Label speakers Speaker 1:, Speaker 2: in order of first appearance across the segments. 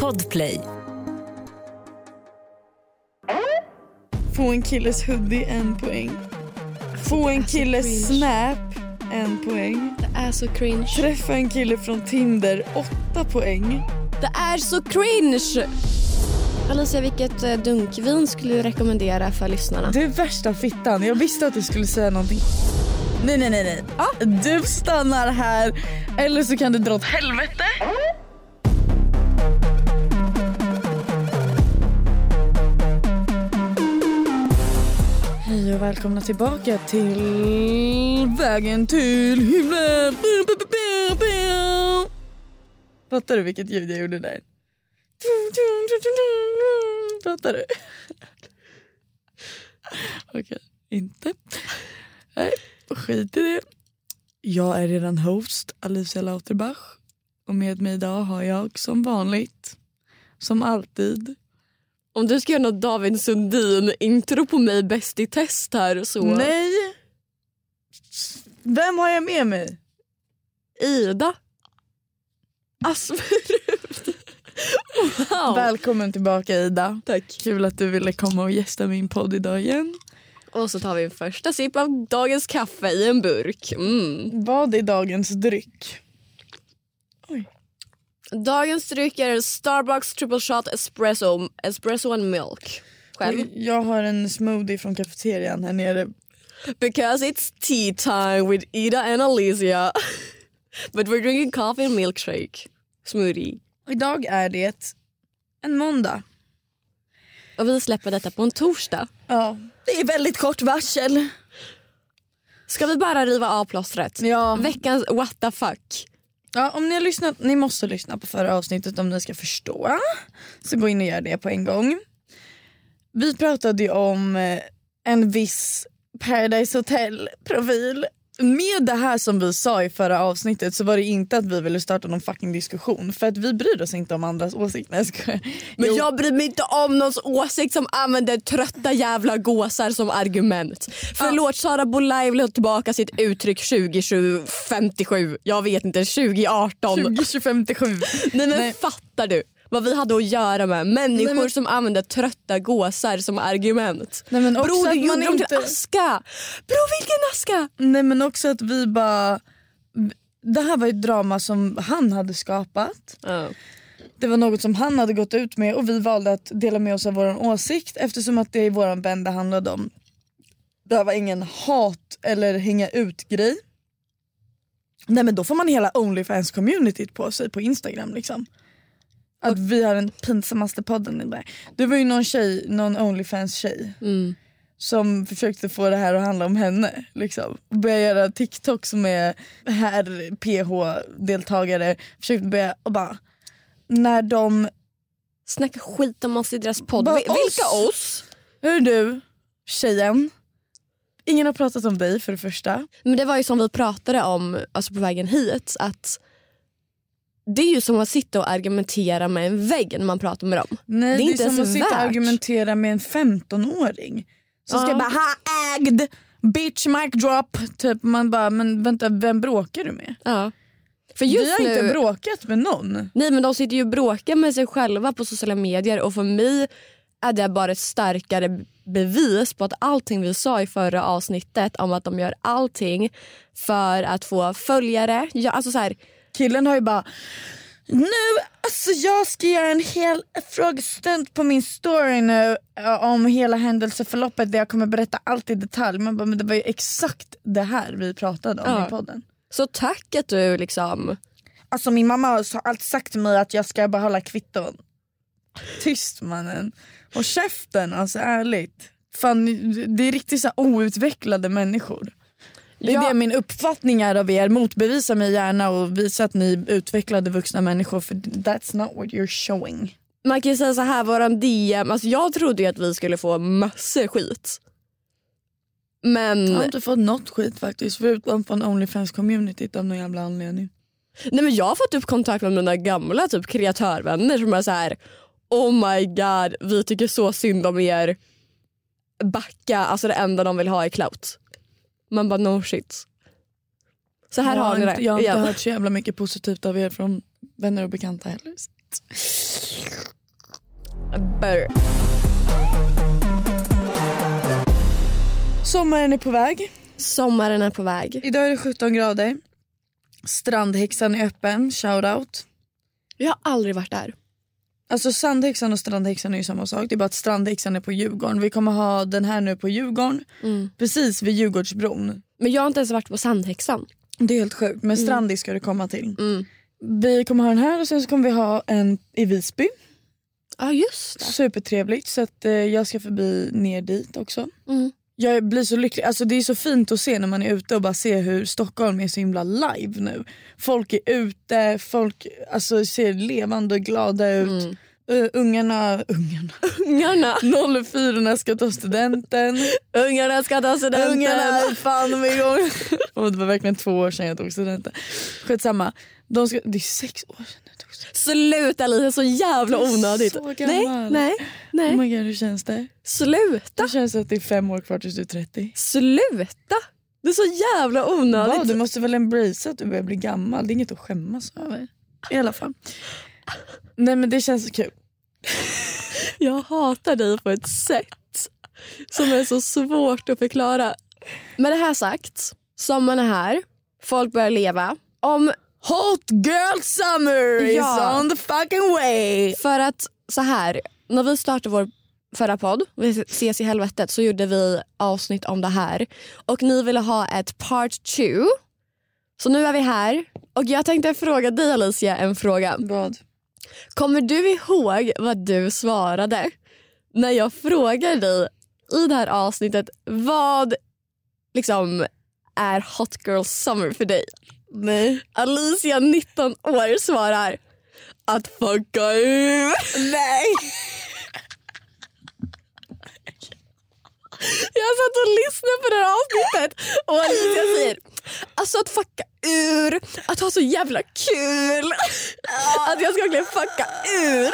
Speaker 1: Podplay.
Speaker 2: Få en killes hoodie, en poäng. Få en killes
Speaker 3: cringe.
Speaker 2: snap, en poäng.
Speaker 3: Det är så cringe.
Speaker 2: Träffa en kille från Tinder, åtta poäng.
Speaker 3: Det är så cringe! Alicia, vilket eh, dunkvin skulle du rekommendera för lyssnarna?
Speaker 2: Du är värsta fittan. Jag visste att du skulle säga någonting. Nej, nej, nej. nej. Du stannar här eller så kan du dra åt helvete. Hej och välkomna tillbaka till Vägen till himlen. Fattar du vilket ljud jag gjorde där? Fattar du? Okej, inte. Nej, skit i det. Jag är redan host, Alicia Lauterbach. Och med mig idag har jag som vanligt, som alltid.
Speaker 3: Om du ska göra något David Sundin-intro på mig bäst i test här så...
Speaker 2: Nej! Vem har jag med mig?
Speaker 3: Ida Asperud. Wow!
Speaker 2: Välkommen tillbaka Ida.
Speaker 3: Tack.
Speaker 2: Kul att du ville komma och gästa min podd idag igen.
Speaker 3: Och så tar vi en första sipp av dagens kaffe i en burk. Mm.
Speaker 2: Vad är dagens dryck?
Speaker 3: Dagens dryck är Starbucks triple shot espresso, espresso and milk. Själv.
Speaker 2: Jag har en smoothie från kafeterian här nere.
Speaker 3: Because it's tea time with Ida and Alicia. But we're drinking coffee and milkshake. Smoothie.
Speaker 2: Idag är det en måndag.
Speaker 3: Och vi släpper detta på en torsdag.
Speaker 2: Ja. Det är väldigt kort varsel.
Speaker 3: Ska vi bara riva av plåstret?
Speaker 2: Ja.
Speaker 3: Veckans what the fuck.
Speaker 2: Ja, om ni har lyssnat, ni måste lyssna på förra avsnittet om ni ska förstå. Så gå in och gör det på en gång. Vi pratade ju om eh, en viss Paradise Hotel-profil. Med det här som vi sa i förra avsnittet så var det inte att vi ville starta någon fucking diskussion för att vi bryr oss inte om andras åsikter. Nej, jag skojar.
Speaker 3: Men
Speaker 2: Jo.
Speaker 3: jag bryr mig inte om någons åsikt som använder trötta jävla gåsar som argument. Förlåt, Sara Bolaj vill ha tillbaka sitt uttryck 2057. Jag vet inte, 2018.
Speaker 2: 2057.
Speaker 3: Nej, men
Speaker 2: Nej.
Speaker 3: fattar du vad vi hade att göra med? Människor
Speaker 2: Nej, men-
Speaker 3: som använder trötta gåsar som argument.
Speaker 2: Nej, men också
Speaker 3: Bror,
Speaker 2: att
Speaker 3: du gjorde
Speaker 2: man
Speaker 3: dem till
Speaker 2: inte-
Speaker 3: aska. Bror, vilken aska?
Speaker 2: Nej men också att vi bara... Det här var ju ett drama som han hade skapat. Det var något som han hade gått ut med och vi valde att dela med oss av vår åsikt eftersom att det i vår band det handlade om. Det här var ingen hat eller hänga ut grej. Nej men då får man hela Onlyfans-communityt på sig på Instagram liksom. Att vi har den pinsammaste podden i där. Det var ju någon tjej, någon Onlyfans-tjej
Speaker 3: Mm.
Speaker 2: som försökte få det här att handla om henne. Liksom. Och började göra TikTok som är herr PH-deltagare. Försökte börja och bara... När de...
Speaker 3: Snacka skit om oss i deras podd.
Speaker 2: Bara
Speaker 3: Vi-
Speaker 2: oss?
Speaker 3: Vilka oss?
Speaker 2: Hör du, tjejen. Ingen har pratat om dig för det första.
Speaker 3: Men det var ju som vi pratade om alltså på vägen hit. Att det är ju som att sitta och argumentera med en vägg när man pratar med dem.
Speaker 2: Nej,
Speaker 3: Det är
Speaker 2: det är,
Speaker 3: inte
Speaker 2: som att
Speaker 3: ens
Speaker 2: sitta och
Speaker 3: värt.
Speaker 2: argumentera med en 15-åring. Som ska
Speaker 3: Ja.
Speaker 2: bara ha ägd, bitch mic drop. Typ, man bara, men vänta vem bråkar du med?
Speaker 3: Ja. För just
Speaker 2: Vi har
Speaker 3: nu...
Speaker 2: inte bråkat med någon.
Speaker 3: Nej men de sitter ju och bråkar med sig själva på sociala medier och för mig är det bara ett starkare bevis på att allting vi sa i förra avsnittet om att de gör allting för att få följare. Ja, alltså så här,
Speaker 2: Killen har ju bara nu, alltså jag ska göra en hel frågestund på min story nu eh, om hela händelseförloppet där jag kommer berätta allt i detalj. Man bara, men det var ju exakt det här vi pratade om
Speaker 3: Ja.
Speaker 2: i podden.
Speaker 3: så tack att du liksom...
Speaker 2: Alltså min mamma har så- alltid sagt till mig att jag ska behålla kvitton. Tyst mannen. Och käften, alltså ärligt. Fan, det är riktigt så här outvecklade människor. Det är
Speaker 3: Ja.
Speaker 2: det min uppfattning är av er. Motbevisa mig gärna och visa att ni är utvecklade vuxna människor för that's not what you're showing.
Speaker 3: Man kan ju säga så här, våran DM, alltså jag trodde ju att vi skulle få massor skit. Men,
Speaker 2: Jag har inte fått något skit faktiskt förutom från Onlyfans-communityt av någon jävla anledning.
Speaker 3: nej men jag har fått upp kontakt med mina gamla typ kreatörvänner som är så här Oh my god, vi tycker så synd om er. Backa, alltså det enda de vill ha är clout. Man bara no shit. Så här
Speaker 2: jag
Speaker 3: har ni
Speaker 2: inte, Jag
Speaker 3: det
Speaker 2: har inte
Speaker 3: igen.
Speaker 2: hört så jävla mycket positivt av er från vänner och bekanta heller.
Speaker 3: Burr.
Speaker 2: Sommaren är på väg.
Speaker 3: Sommaren är på väg.
Speaker 2: Idag är det 17 grader. Strandhäxan är öppen. Shoutout.
Speaker 3: Jag har aldrig varit där.
Speaker 2: Alltså Sandhäxan och Strandhäxan är ju samma sak. Det är bara att Strandhäxan är på Djurgården. Vi kommer ha den här nu på Djurgården.
Speaker 3: Mm.
Speaker 2: Precis vid Djurgårdsbron.
Speaker 3: Men jag har inte ens varit på Sandhäxan.
Speaker 2: Det är helt sjukt. Men Strandig ska du komma till.
Speaker 3: Mm.
Speaker 2: Vi kommer ha den här och sen så kommer vi ha en i Visby.
Speaker 3: Ja just det.
Speaker 2: Supertrevligt. Så att, eh, jag ska förbi ner dit också.
Speaker 3: Mm.
Speaker 2: Jag blir så lycklig. Alltså det är så fint att se när man är ute och bara se hur Stockholm är så himla live nu. Folk är ute, folk alltså, ser levande och glada ut.
Speaker 3: Mm.
Speaker 2: Uh, ungarna, ungarna.
Speaker 3: Ungarna.
Speaker 2: 04 ska ta studenten.
Speaker 3: Ungarna ska ta studenten.
Speaker 2: Ungarna är fan med igång. Och det var verkligen två år sedan jag tog studenten. Skitsamma. De ska, det är sex år sedan jag tog studenten.
Speaker 3: Sluta Lisa, så jävla
Speaker 2: Jag är
Speaker 3: onödigt.
Speaker 2: så
Speaker 3: nej,
Speaker 2: gammal.
Speaker 3: nej, nej.
Speaker 2: Oh my god hur känns det?
Speaker 3: Sluta,
Speaker 2: Det känns att det är fem år kvar tills du är 30.
Speaker 3: sluta. Det är så jävla onödigt.
Speaker 2: Va, du måste väl embracea att du börjar bli gammal. Det är inget att skämmas över. I alla fall. Nej men det känns kul.
Speaker 3: Jag hatar dig på ett sätt som är så svårt att förklara. Med det här sagt, sommaren är här, folk börjar leva. Om
Speaker 2: Hot girl summer
Speaker 3: Ja.
Speaker 2: is on the fucking way!
Speaker 3: För att så här, när vi startade vår förra podd, Vi ses i helvetet, så gjorde vi avsnitt om det här. Och ni ville ha ett part two. Så nu är vi här. Och jag tänkte fråga dig Alicia en fråga.
Speaker 2: Vad?
Speaker 3: Kommer du ihåg vad du svarade när jag frågade dig i det här avsnittet vad liksom är hot girl summer för dig?
Speaker 2: Nej.
Speaker 3: Alicia 19 år svarar att fucka ur.
Speaker 2: Nej!
Speaker 3: Jag satt och lyssnade på det här avsnittet och Alicia säger alltså att fucka ur, att ha så jävla kul, att jag ska verkligen fucka ur.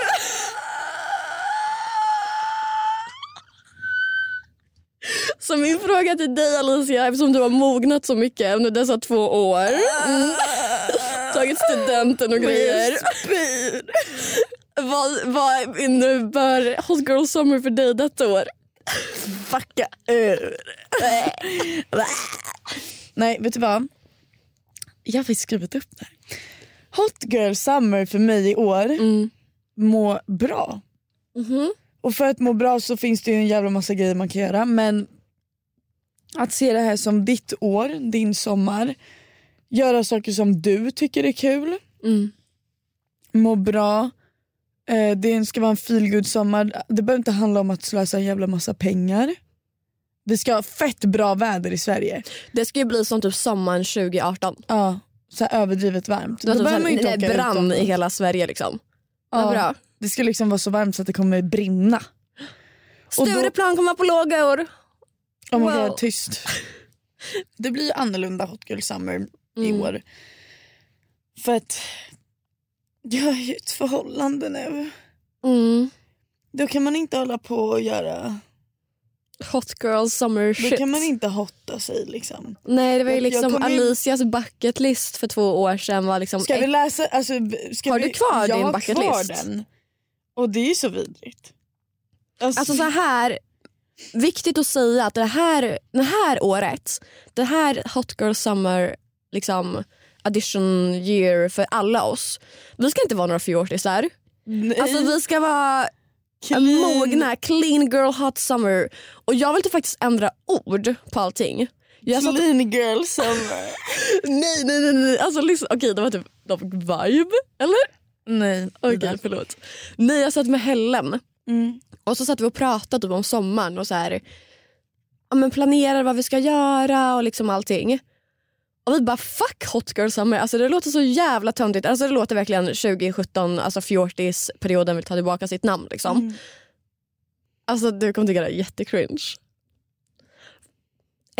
Speaker 3: Så min fråga till dig Alicia, eftersom du har mognat så mycket under dessa två år, mm, tagit studenten och grejer. Vad, vad innebär Hot Girl Summer för dig detta år?
Speaker 2: Fucka ur. Nej, vet du vad? Jag har faktiskt skrivit upp det här. Hot girl summer för mig i år,
Speaker 3: Mm.
Speaker 2: må bra.
Speaker 3: Mhm.
Speaker 2: Och för att må bra så finns det ju en jävla massa grejer man kan göra men att se det här som ditt år, din sommar. Göra saker som du tycker är kul.
Speaker 3: Mm.
Speaker 2: Må bra. Eh, Det ska vara en feelgood sommar. Det behöver inte handla om att slösa en jävla massa pengar. Vi ska ha fett bra väder i Sverige.
Speaker 3: Det ska ju bli som typ sommaren 2018.
Speaker 2: Ja, så här överdrivet varmt.
Speaker 3: Det var
Speaker 2: Då
Speaker 3: typ
Speaker 2: behöver man ju
Speaker 3: såhär,
Speaker 2: inte
Speaker 3: nej,
Speaker 2: åka
Speaker 3: brann
Speaker 2: utomlands.
Speaker 3: i hela Sverige liksom.
Speaker 2: Ja.
Speaker 3: Vad bra.
Speaker 2: Det ska liksom vara så varmt så att det kommer brinna. Och då-
Speaker 3: Stureplan kommer vara på lågor.
Speaker 2: Oh my
Speaker 3: Wow.
Speaker 2: god, tyst. Det blir ju annorlunda Hot Girl Summer i
Speaker 3: Mm.
Speaker 2: år. För att jag är ju i ett förhållande nu.
Speaker 3: Mm.
Speaker 2: Då kan man inte hålla på och göra...
Speaker 3: Hot girl summer
Speaker 2: Då
Speaker 3: shit.
Speaker 2: kan man inte hotta sig liksom.
Speaker 3: Nej det var ju
Speaker 2: Jag- jag
Speaker 3: liksom
Speaker 2: kommer ju-
Speaker 3: Alicias bucket list för två år sedan var liksom
Speaker 2: Ska vi läsa... Alltså, ska
Speaker 3: Har
Speaker 2: vi,
Speaker 3: du kvar
Speaker 2: jag
Speaker 3: din
Speaker 2: har
Speaker 3: bucket
Speaker 2: kvar
Speaker 3: list?
Speaker 2: den. Och det är ju så vidrigt.
Speaker 3: Alltså så här, viktigt att säga att det här, det här året, det här Hot Girl Summer liksom, edition year för alla oss. Vi ska inte vara några fjortisar.
Speaker 2: nej,
Speaker 3: Alltså vi ska vara
Speaker 2: clean.
Speaker 3: Typ mogna, clean girl hot summer. Och jag vill inte faktiskt ändra ord på allting. Jag satt,
Speaker 2: Clean girl summer.
Speaker 3: nej, nej, nej, nej. Alltså, lyssna. Okej, det var typ de fick vibe, eller?
Speaker 2: nej.
Speaker 3: Okej,
Speaker 2: det där.
Speaker 3: förlåt. Nej, jag satt med Helen.
Speaker 2: Mm.
Speaker 3: Och så satt vi och pratade typ om sommaren och så här, ja, men planerar vad vi ska göra och liksom allting. Och vi bara fuck hot girl summer. Alltså det låter så jävla töntigt. Alltså det låter verkligen 2017, alltså fjortisperioden vill ta tillbaka sitt namn liksom.
Speaker 2: Mm.
Speaker 3: Alltså du kommer tycka det är jättecringe.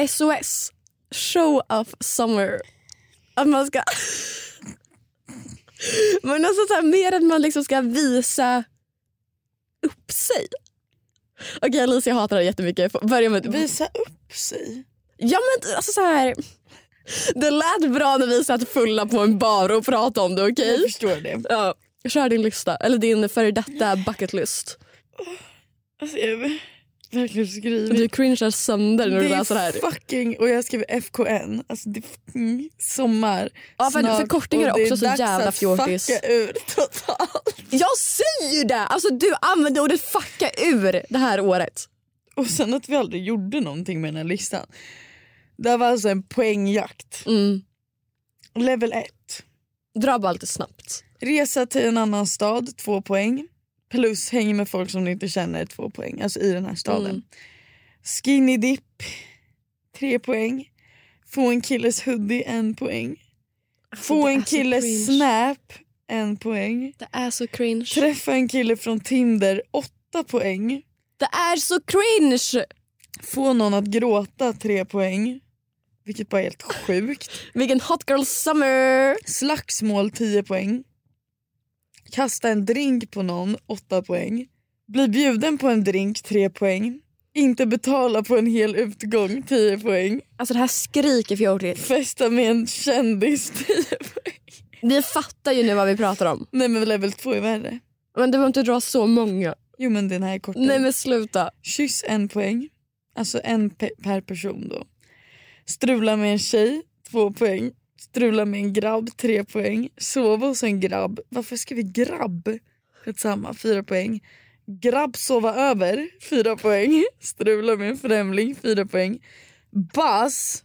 Speaker 3: SOS, show off summer. Att man ska... Men alltså så här, mer att man liksom ska visa upp sig. Okej Alicia jag hatar det här jättemycket. Får- Börja med...
Speaker 2: Visa upp sig.
Speaker 3: Ja men alltså så här. Det lät bra när vi satt fulla på en bar och pratade om det okej?
Speaker 2: Jag förstår det.
Speaker 3: Ja. Kör din lista, eller din före detta bucket list.
Speaker 4: Alltså, jag har verkligen skrivit.
Speaker 3: Du cringear sönder när du
Speaker 4: det är
Speaker 3: läser det här.
Speaker 4: fucking, och jag skriver FKN. Alltså det är fucking sommar
Speaker 3: Ja, för-
Speaker 4: snart,
Speaker 3: förkortningar är
Speaker 4: och det
Speaker 3: också så
Speaker 4: dags
Speaker 3: jävla
Speaker 4: att
Speaker 3: fjortis.
Speaker 4: fucka ur totalt.
Speaker 3: Jag säger ju det! Alltså du använder ordet fucka ur det här året.
Speaker 4: Och sen att vi aldrig gjorde någonting med den här listan. Det här var alltså en poängjakt.
Speaker 3: Mm.
Speaker 4: Level 1.
Speaker 3: Dra bara lite snabbt.
Speaker 4: Resa till en annan stad, två poäng. Plus häng med folk som ni inte känner, två poäng. Alltså i den här staden.
Speaker 3: Mm.
Speaker 4: Skinny dip, tre poäng. Få en killes hoodie, en poäng. Få
Speaker 3: Alltså, det är
Speaker 4: en
Speaker 3: så
Speaker 4: killes
Speaker 3: cringe.
Speaker 4: snap, en poäng.
Speaker 3: Det är så cringe.
Speaker 4: Träffa en kille från Tinder, åtta poäng.
Speaker 3: Det är så cringe!
Speaker 4: Få någon att gråta, tre poäng. Vilket bara är helt sjukt.
Speaker 3: Vilken hot girl summer!
Speaker 4: Slagsmål, 10 poäng. Kasta en drink på någon, 8 poäng. Bli bjuden på en drink, 3 poäng. Inte betala på en hel utgång, 10 poäng.
Speaker 3: Alltså det här skriker fjortigt.
Speaker 4: Festa med en kändis, 10 poäng.
Speaker 3: Ni fattar ju nu vad vi pratar om.
Speaker 4: Nej men level 2 är värre.
Speaker 3: Men du behöver inte dra så många.
Speaker 4: Jo men den här är kortare.
Speaker 3: Nej men sluta.
Speaker 4: Kyss en poäng. Alltså en pe- per person då. Strula med en tjej, två poäng. Strula med en grabb, tre poäng. Sova hos en grabb. Varför ska vi grabb? Skitsamma, fyra poäng. Grabb sova över, fyra poäng. Strula med en främling, fyra poäng. Bass,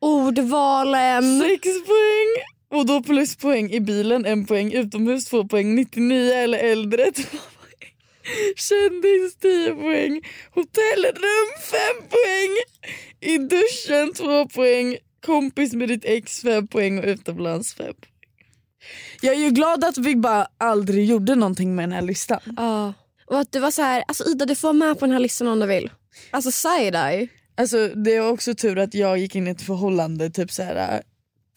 Speaker 3: Ordvalen.
Speaker 4: sex poäng. Och då pluspoäng i bilen, en poäng. Utomhus, två poäng. 99 eller äldre, två poäng. Kändis, 10 poäng. Hotellrum, fem poäng. I duschen, två poäng. Kompis med ditt ex, fem poäng. Och utomlands, fem poäng. Jag är ju glad att vi bara aldrig gjorde någonting med den här listan.
Speaker 3: Ja. Och att du var så här, alltså Ida du får vara med på den här listan om du vill. Alltså side-eye.
Speaker 4: Alltså, det är också tur att jag gick in i ett förhållande typ så här, äh,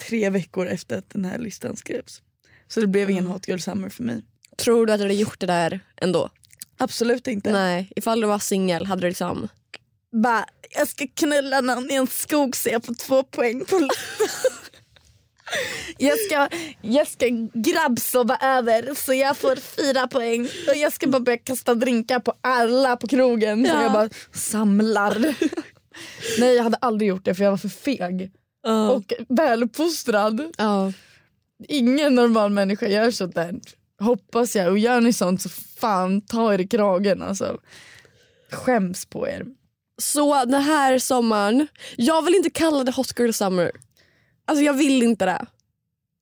Speaker 4: tre veckor efter att den här listan skrevs. Så det blev ingen hot girl summer för mig.
Speaker 3: Tror du att du hade gjort det där ändå?
Speaker 4: Absolut inte.
Speaker 3: Nej, ifall du var singel hade du liksom...
Speaker 4: Bara, jag ska knulla någon i en skog så jag får två poäng på
Speaker 2: Jag ska, jag ska grabbsova över så jag får fyra poäng. Och jag ska bara börja kasta drinkar på alla på krogen. Så
Speaker 3: Ja.
Speaker 2: jag bara samlar. Nej jag hade aldrig gjort det för jag var för feg. Och väluppfostrad.
Speaker 3: Ja.
Speaker 2: Ingen normal människa gör sånt där. Hoppas jag. Och gör ni sånt så fan ta er i kragen alltså. Skäms på er.
Speaker 3: Så den här sommaren, jag vill inte kalla det hot girl summer. Alltså jag vill inte det.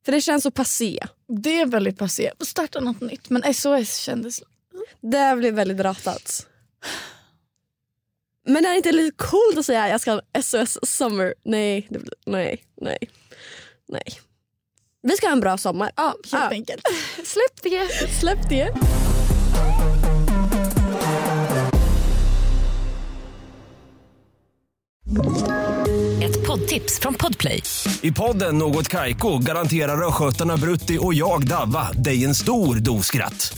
Speaker 3: För det känns så passé.
Speaker 2: Det är väldigt passé. Starta något nytt men SOS kändes...
Speaker 3: Det blev väldigt ratat. Men är det inte lite coolt att säga jag ska ha en SOS Summer? Nej, det blir, nej, nej, nej. Vi ska ha en bra sommar. Ja,
Speaker 2: Helt
Speaker 3: ja.
Speaker 2: enkelt. Släpp det.
Speaker 3: Släpp det.
Speaker 1: Ett poddtips från Podplay.
Speaker 5: I podden Något Kaiko garanterar östgötarna Brutti och jag, Davva, dig en stor dos skratt.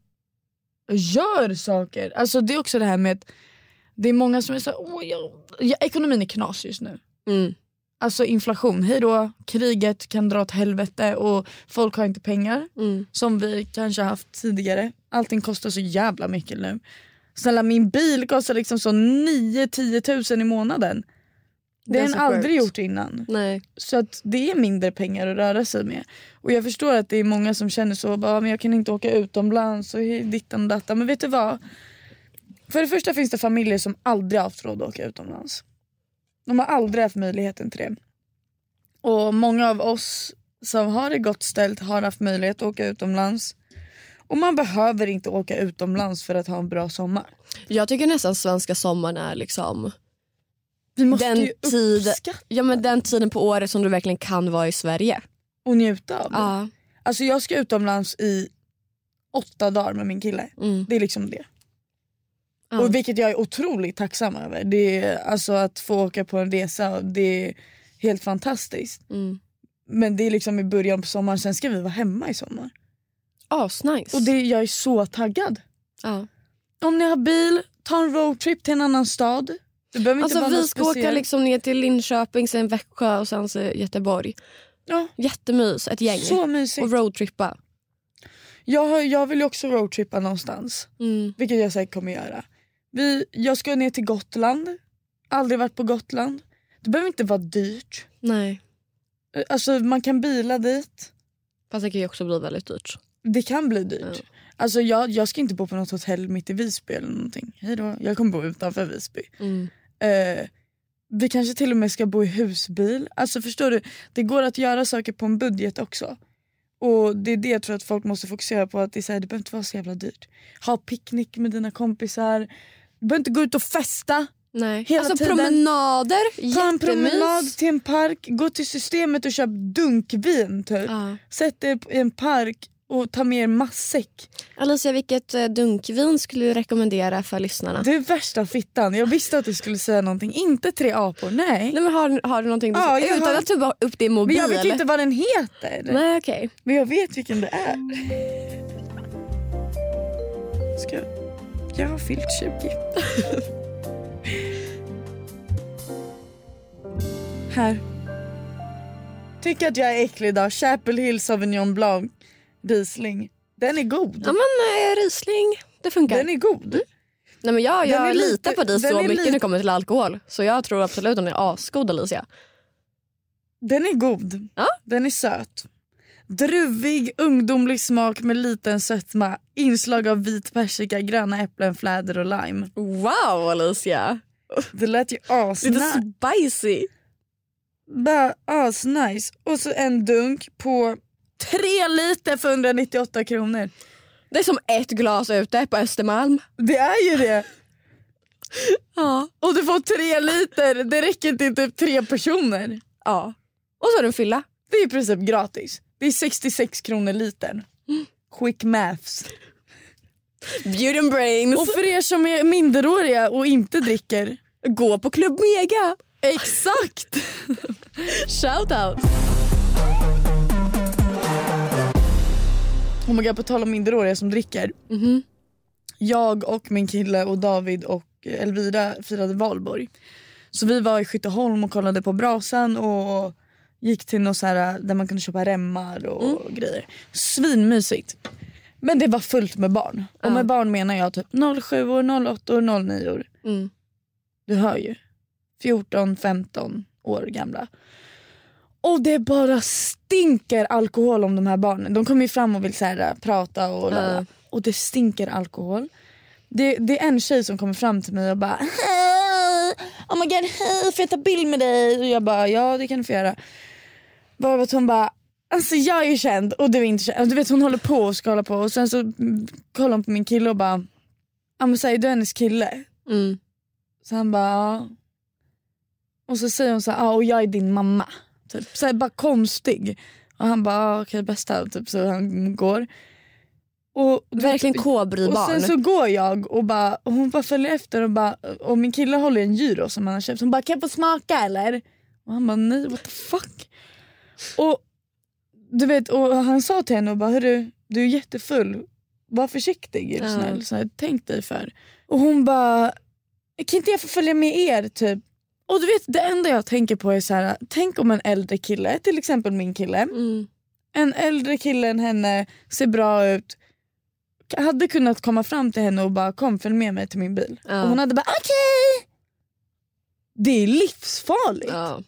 Speaker 2: gör saker. Alltså Det är också det här med att det är många som är såhär, Åh, jag, ja, ekonomin är knas just nu.
Speaker 3: Mm.
Speaker 2: Alltså inflation, hej då, kriget kan dra åt helvete och folk har inte pengar
Speaker 3: Mm.
Speaker 2: som vi kanske har haft tidigare. Allting kostar så jävla mycket nu. Snälla min bil kostar liksom så 9-10 000 i månaden. Det
Speaker 3: Det är
Speaker 2: har
Speaker 3: så
Speaker 2: den aldrig
Speaker 3: sjukt.
Speaker 2: gjort innan.
Speaker 3: Nej.
Speaker 2: Så att det är mindre pengar att röra sig med. Och jag förstår att det är många som känner så, bara, "Ah, men jag kan inte åka utomlands och hej, dittan och dattan. Men vet du vad? För det första finns det familjer som aldrig har haft råd att åka utomlands. De har aldrig haft möjligheten till det. Och många av oss som har det gott ställt har haft möjlighet att åka utomlands. Och man behöver inte åka utomlands för att ha en bra sommar.
Speaker 3: Jag tycker nästan svenska sommaren är liksom
Speaker 2: Vi måste
Speaker 3: Den
Speaker 2: ju
Speaker 3: tid-
Speaker 2: uppskatta
Speaker 3: ja, men den tiden på året som du verkligen kan vara i Sverige.
Speaker 2: och njuta av det.
Speaker 3: Ja.
Speaker 2: Alltså jag ska utomlands i åtta dagar med min kille.
Speaker 3: Mm,
Speaker 2: Det är liksom det. Och vilket jag är otroligt tacksam över. Det är, alltså att få åka på en resa, det är helt fantastiskt.
Speaker 3: Mm.
Speaker 2: Men det är liksom i början på sommaren, sen ska vi vara hemma i sommar.
Speaker 3: Asnice.
Speaker 2: Och det, jag är så taggad.
Speaker 3: ja.
Speaker 2: Om ni har bil, ta en roadtrip till en annan stad. Det behöver inte
Speaker 3: Alltså
Speaker 2: vara
Speaker 3: vi
Speaker 2: något
Speaker 3: ska åka
Speaker 2: speciellt.
Speaker 3: liksom ner till Linköping, sen Växjö och sen så Göteborg.
Speaker 2: Ja.
Speaker 3: Jättemys, ett gäng.
Speaker 2: Så mysigt.
Speaker 3: och roadtrippa.
Speaker 2: Jag, har, jag vill ju också roadtrippa någonstans.
Speaker 3: Mm.
Speaker 2: Vilket jag säkert kommer göra. Vi, jag ska ner till Gotland. Aldrig varit på Gotland. Det behöver inte vara dyrt.
Speaker 3: Nej.
Speaker 2: Eh, Alltså man kan bila dit.
Speaker 3: Fast det kan ju också bli väldigt dyrt.
Speaker 2: Det kan bli dyrt. Alltså jag, jag ska inte bo på något hotell mitt i Visby eller någonting. Hej då. Jag kommer bo utanför Visby.
Speaker 3: Mm.
Speaker 2: Eh, vi kanske till och med ska bo i husbil. Alltså förstår du, det går att göra saker på en budget också. Och det är det jag tror att folk måste fokusera på, att det, är så här, det behöver inte vara så jävla dyrt. Ha picknick med dina kompisar. Du behöver inte gå ut och festa.
Speaker 3: Nej.
Speaker 2: Hela
Speaker 3: alltså
Speaker 2: tiden.
Speaker 3: promenader,
Speaker 2: Ta en
Speaker 3: jättemys.
Speaker 2: promenad till en park, gå till systemet och köp dunkvin typ.
Speaker 3: Ja.
Speaker 2: Sätt dig i en park och ta med er matsäck.
Speaker 3: Alicia, vilket eh, dunkvin skulle du rekommendera för lyssnarna?
Speaker 2: Du är värsta fittan, jag visste att du skulle säga någonting. Inte tre apor, nej.
Speaker 3: Nej, men har, har du någonting du
Speaker 2: Ja, jag
Speaker 3: Utan
Speaker 2: har-
Speaker 3: att du bara upp din
Speaker 2: Men
Speaker 3: mobil?
Speaker 2: jag vet ju inte vad den heter.
Speaker 3: Nej okej.
Speaker 2: Men jag vet vilken det är. Ska jag... Jag har fyllt 20. Här. Tycker att jag är äcklig idag. Chapel Hill Sauvignon Blanc Riesling. Den är god.
Speaker 3: Ja men eh, Riesling, det funkar.
Speaker 2: Den är god.
Speaker 3: Nej, men jag
Speaker 2: Den är
Speaker 3: jag
Speaker 2: lite-
Speaker 3: litar på
Speaker 2: den
Speaker 3: dig så
Speaker 2: är
Speaker 3: mycket när
Speaker 2: lite-
Speaker 3: det kommer till alkohol. Så jag tror absolut att den är asgod Alicia.
Speaker 2: Den är god.
Speaker 3: Ja.
Speaker 2: Den är söt. Druvig, ungdomlig smak med liten sötma. Inslag av vit persika, gröna äpplen, fläder och lime.
Speaker 3: Wow Alicia!
Speaker 2: Det lät ju
Speaker 3: Lite
Speaker 2: asnice.
Speaker 3: spicy.
Speaker 2: Bara asnice. Och så en dunk på tre liter för 198 kronor.
Speaker 3: Det är som ett glas ute på Östermalm.
Speaker 2: Det är ju det.
Speaker 3: Ja.
Speaker 2: Och du får tre liter. Det räcker till typ tre personer.
Speaker 3: ja. Och så har du en fylla.
Speaker 2: Det är i princip gratis. Det är 66 kronor litern. Quick maths.
Speaker 3: Beauty and brains.
Speaker 2: Och för er som är minderåriga och inte dricker.
Speaker 3: gå på Club Mega.
Speaker 2: Exakt!
Speaker 3: Shout out.
Speaker 2: Oh my God, på tal om minderåriga som dricker.
Speaker 3: Mhm.
Speaker 2: Jag och min kille och David och Elvira firade valborg. Så vi var i Skytteholm och kollade på brasan och gick till något så här eh, där man kunde köpa remmar och grejer. Svinmysigt. Men det var fullt med barn. Och med barn menar jag typ 07 år, 08 år, 09 år.
Speaker 3: Mm.
Speaker 2: Du hör ju. 14, 15 år gamla. Och det bara stinker alkohol om de här barnen. De kommer ju fram och vill så här, äh, prata och lala.
Speaker 3: Ja.
Speaker 2: Och det stinker alkohol. Det, det är en tjej som kommer fram till mig och bara Oh my god, hej, får jag ta bild med dig? Och jag bara ja det kan du få göra. Bara att hon bara Alltså jag är ju känd och du är inte känd. Du vet hon håller på och ska hålla på och sen så mm, kollar hon på min kille och bara Ja men säger du hennes kille?
Speaker 3: Mm.
Speaker 2: Så han bara ja. Och så säger hon så här, ja och jag är din mamma. Typ. Så här, bara konstig. Och han bara ja, okej bästa. Typ, så han går. Och,
Speaker 3: Verkligen
Speaker 2: och
Speaker 3: kobrybarn.
Speaker 2: sen så går jag och, bara, och hon bara följer efter och, bara, och min kille håller i en gyro som han har köpt. Hon bara kan jag få smaka eller? Och han bara nej what the fuck. Och du vet och han sa till henne och bara hörru du är jättefull. Var försiktig är du
Speaker 3: Ja.
Speaker 2: snäll. Så här, Tänk dig för. Och hon bara kan inte jag få följa med er typ. Och du vet det enda jag tänker på är så här. tänk om en äldre kille, till exempel min kille
Speaker 3: Mm.
Speaker 2: en äldre kille än henne, ser bra ut. Hade kunnat komma fram till henne och bara kom följ med mig till min bil.
Speaker 3: Ja.
Speaker 2: Och hon hade bara okej. Det är livsfarligt.
Speaker 3: Ja.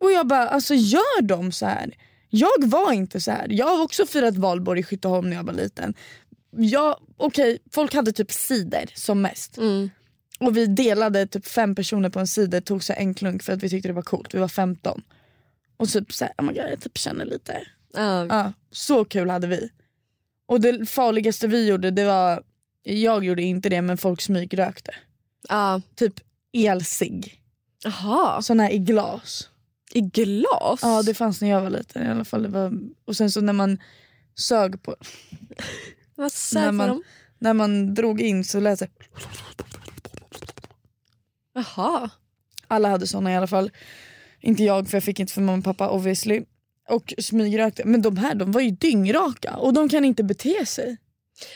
Speaker 2: Och jag bara alltså gör de så här? Jag var inte så här. Jag har också firat valborg i Skytteholm när jag var liten. Jag, okej, folk hade typ cider som mest.
Speaker 3: Mm.
Speaker 2: Och vi delade typ fem personer på en sida, tog så här en klunk för att vi tyckte det var coolt. Vi var 15. Och typ såhär, oh my God, jag typ känner lite.
Speaker 3: Ja.
Speaker 2: Ja, så kul hade vi. Och det farligaste vi gjorde det var, jag gjorde inte det men folk smygrökte.
Speaker 3: Ja.
Speaker 2: Typ elsig.
Speaker 3: Jaha.
Speaker 2: Sån här i glas.
Speaker 3: I glas?
Speaker 2: Ja det fanns när jag var liten i alla fall. Det var, och sen så när man sög på
Speaker 3: Vad säg
Speaker 2: man-
Speaker 3: för dem.
Speaker 2: När man drog in så lät det...
Speaker 3: Jaha.
Speaker 2: Alla hade såna i alla fall. Inte jag för jag fick inte för mamma och pappa obviously. Och smygrökte. Men de här de var ju dyngraka och de kan inte bete sig.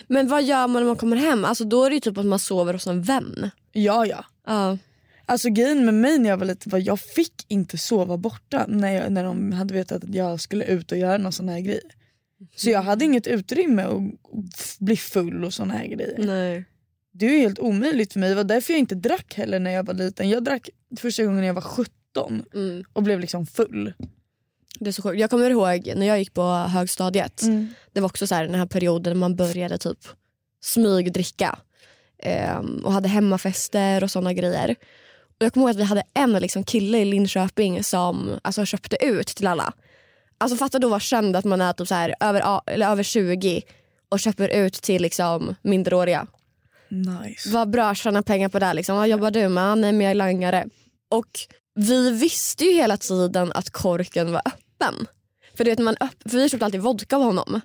Speaker 3: Men vad gör man när man kommer hem? Alltså då är det ju typ att man sover hos en vän.
Speaker 2: Ja ja.
Speaker 3: Ja.
Speaker 2: Alltså grejen med mig när jag var liten var jag fick inte sova borta när, jag, när de hade vetat att jag skulle ut och göra någon sån här grej. Så jag hade inget utrymme att f- bli full och såna här grejer.
Speaker 3: Nej.
Speaker 2: Det är ju helt omöjligt för mig. Det var därför jag inte drack heller när jag var liten. Jag drack första gången när jag var 17
Speaker 3: Mm.
Speaker 2: och blev liksom full.
Speaker 3: Det är så sjukt. Jag kommer ihåg när jag gick på högstadiet. Det var också så här, den här perioden när man började typ smygdricka. Ehm, och hade hemmafester och såna grejer. Och jag kommer ihåg att vi hade en liksom, kille i Linköping som alltså, köpte ut till alla. Alltså fatta då vara känd att man är typ så här, över, a- eller över 20 och köper ut till liksom, minderåriga.
Speaker 2: Nice.
Speaker 3: Vad bra tjäna pengar på det här, liksom. Vad jobbar du med? "Ah, Nej men jag är langare. Och vi visste ju hela tiden att korken var öppen. För, du vet, man öpp- för vi köpte alltid vodka av honom.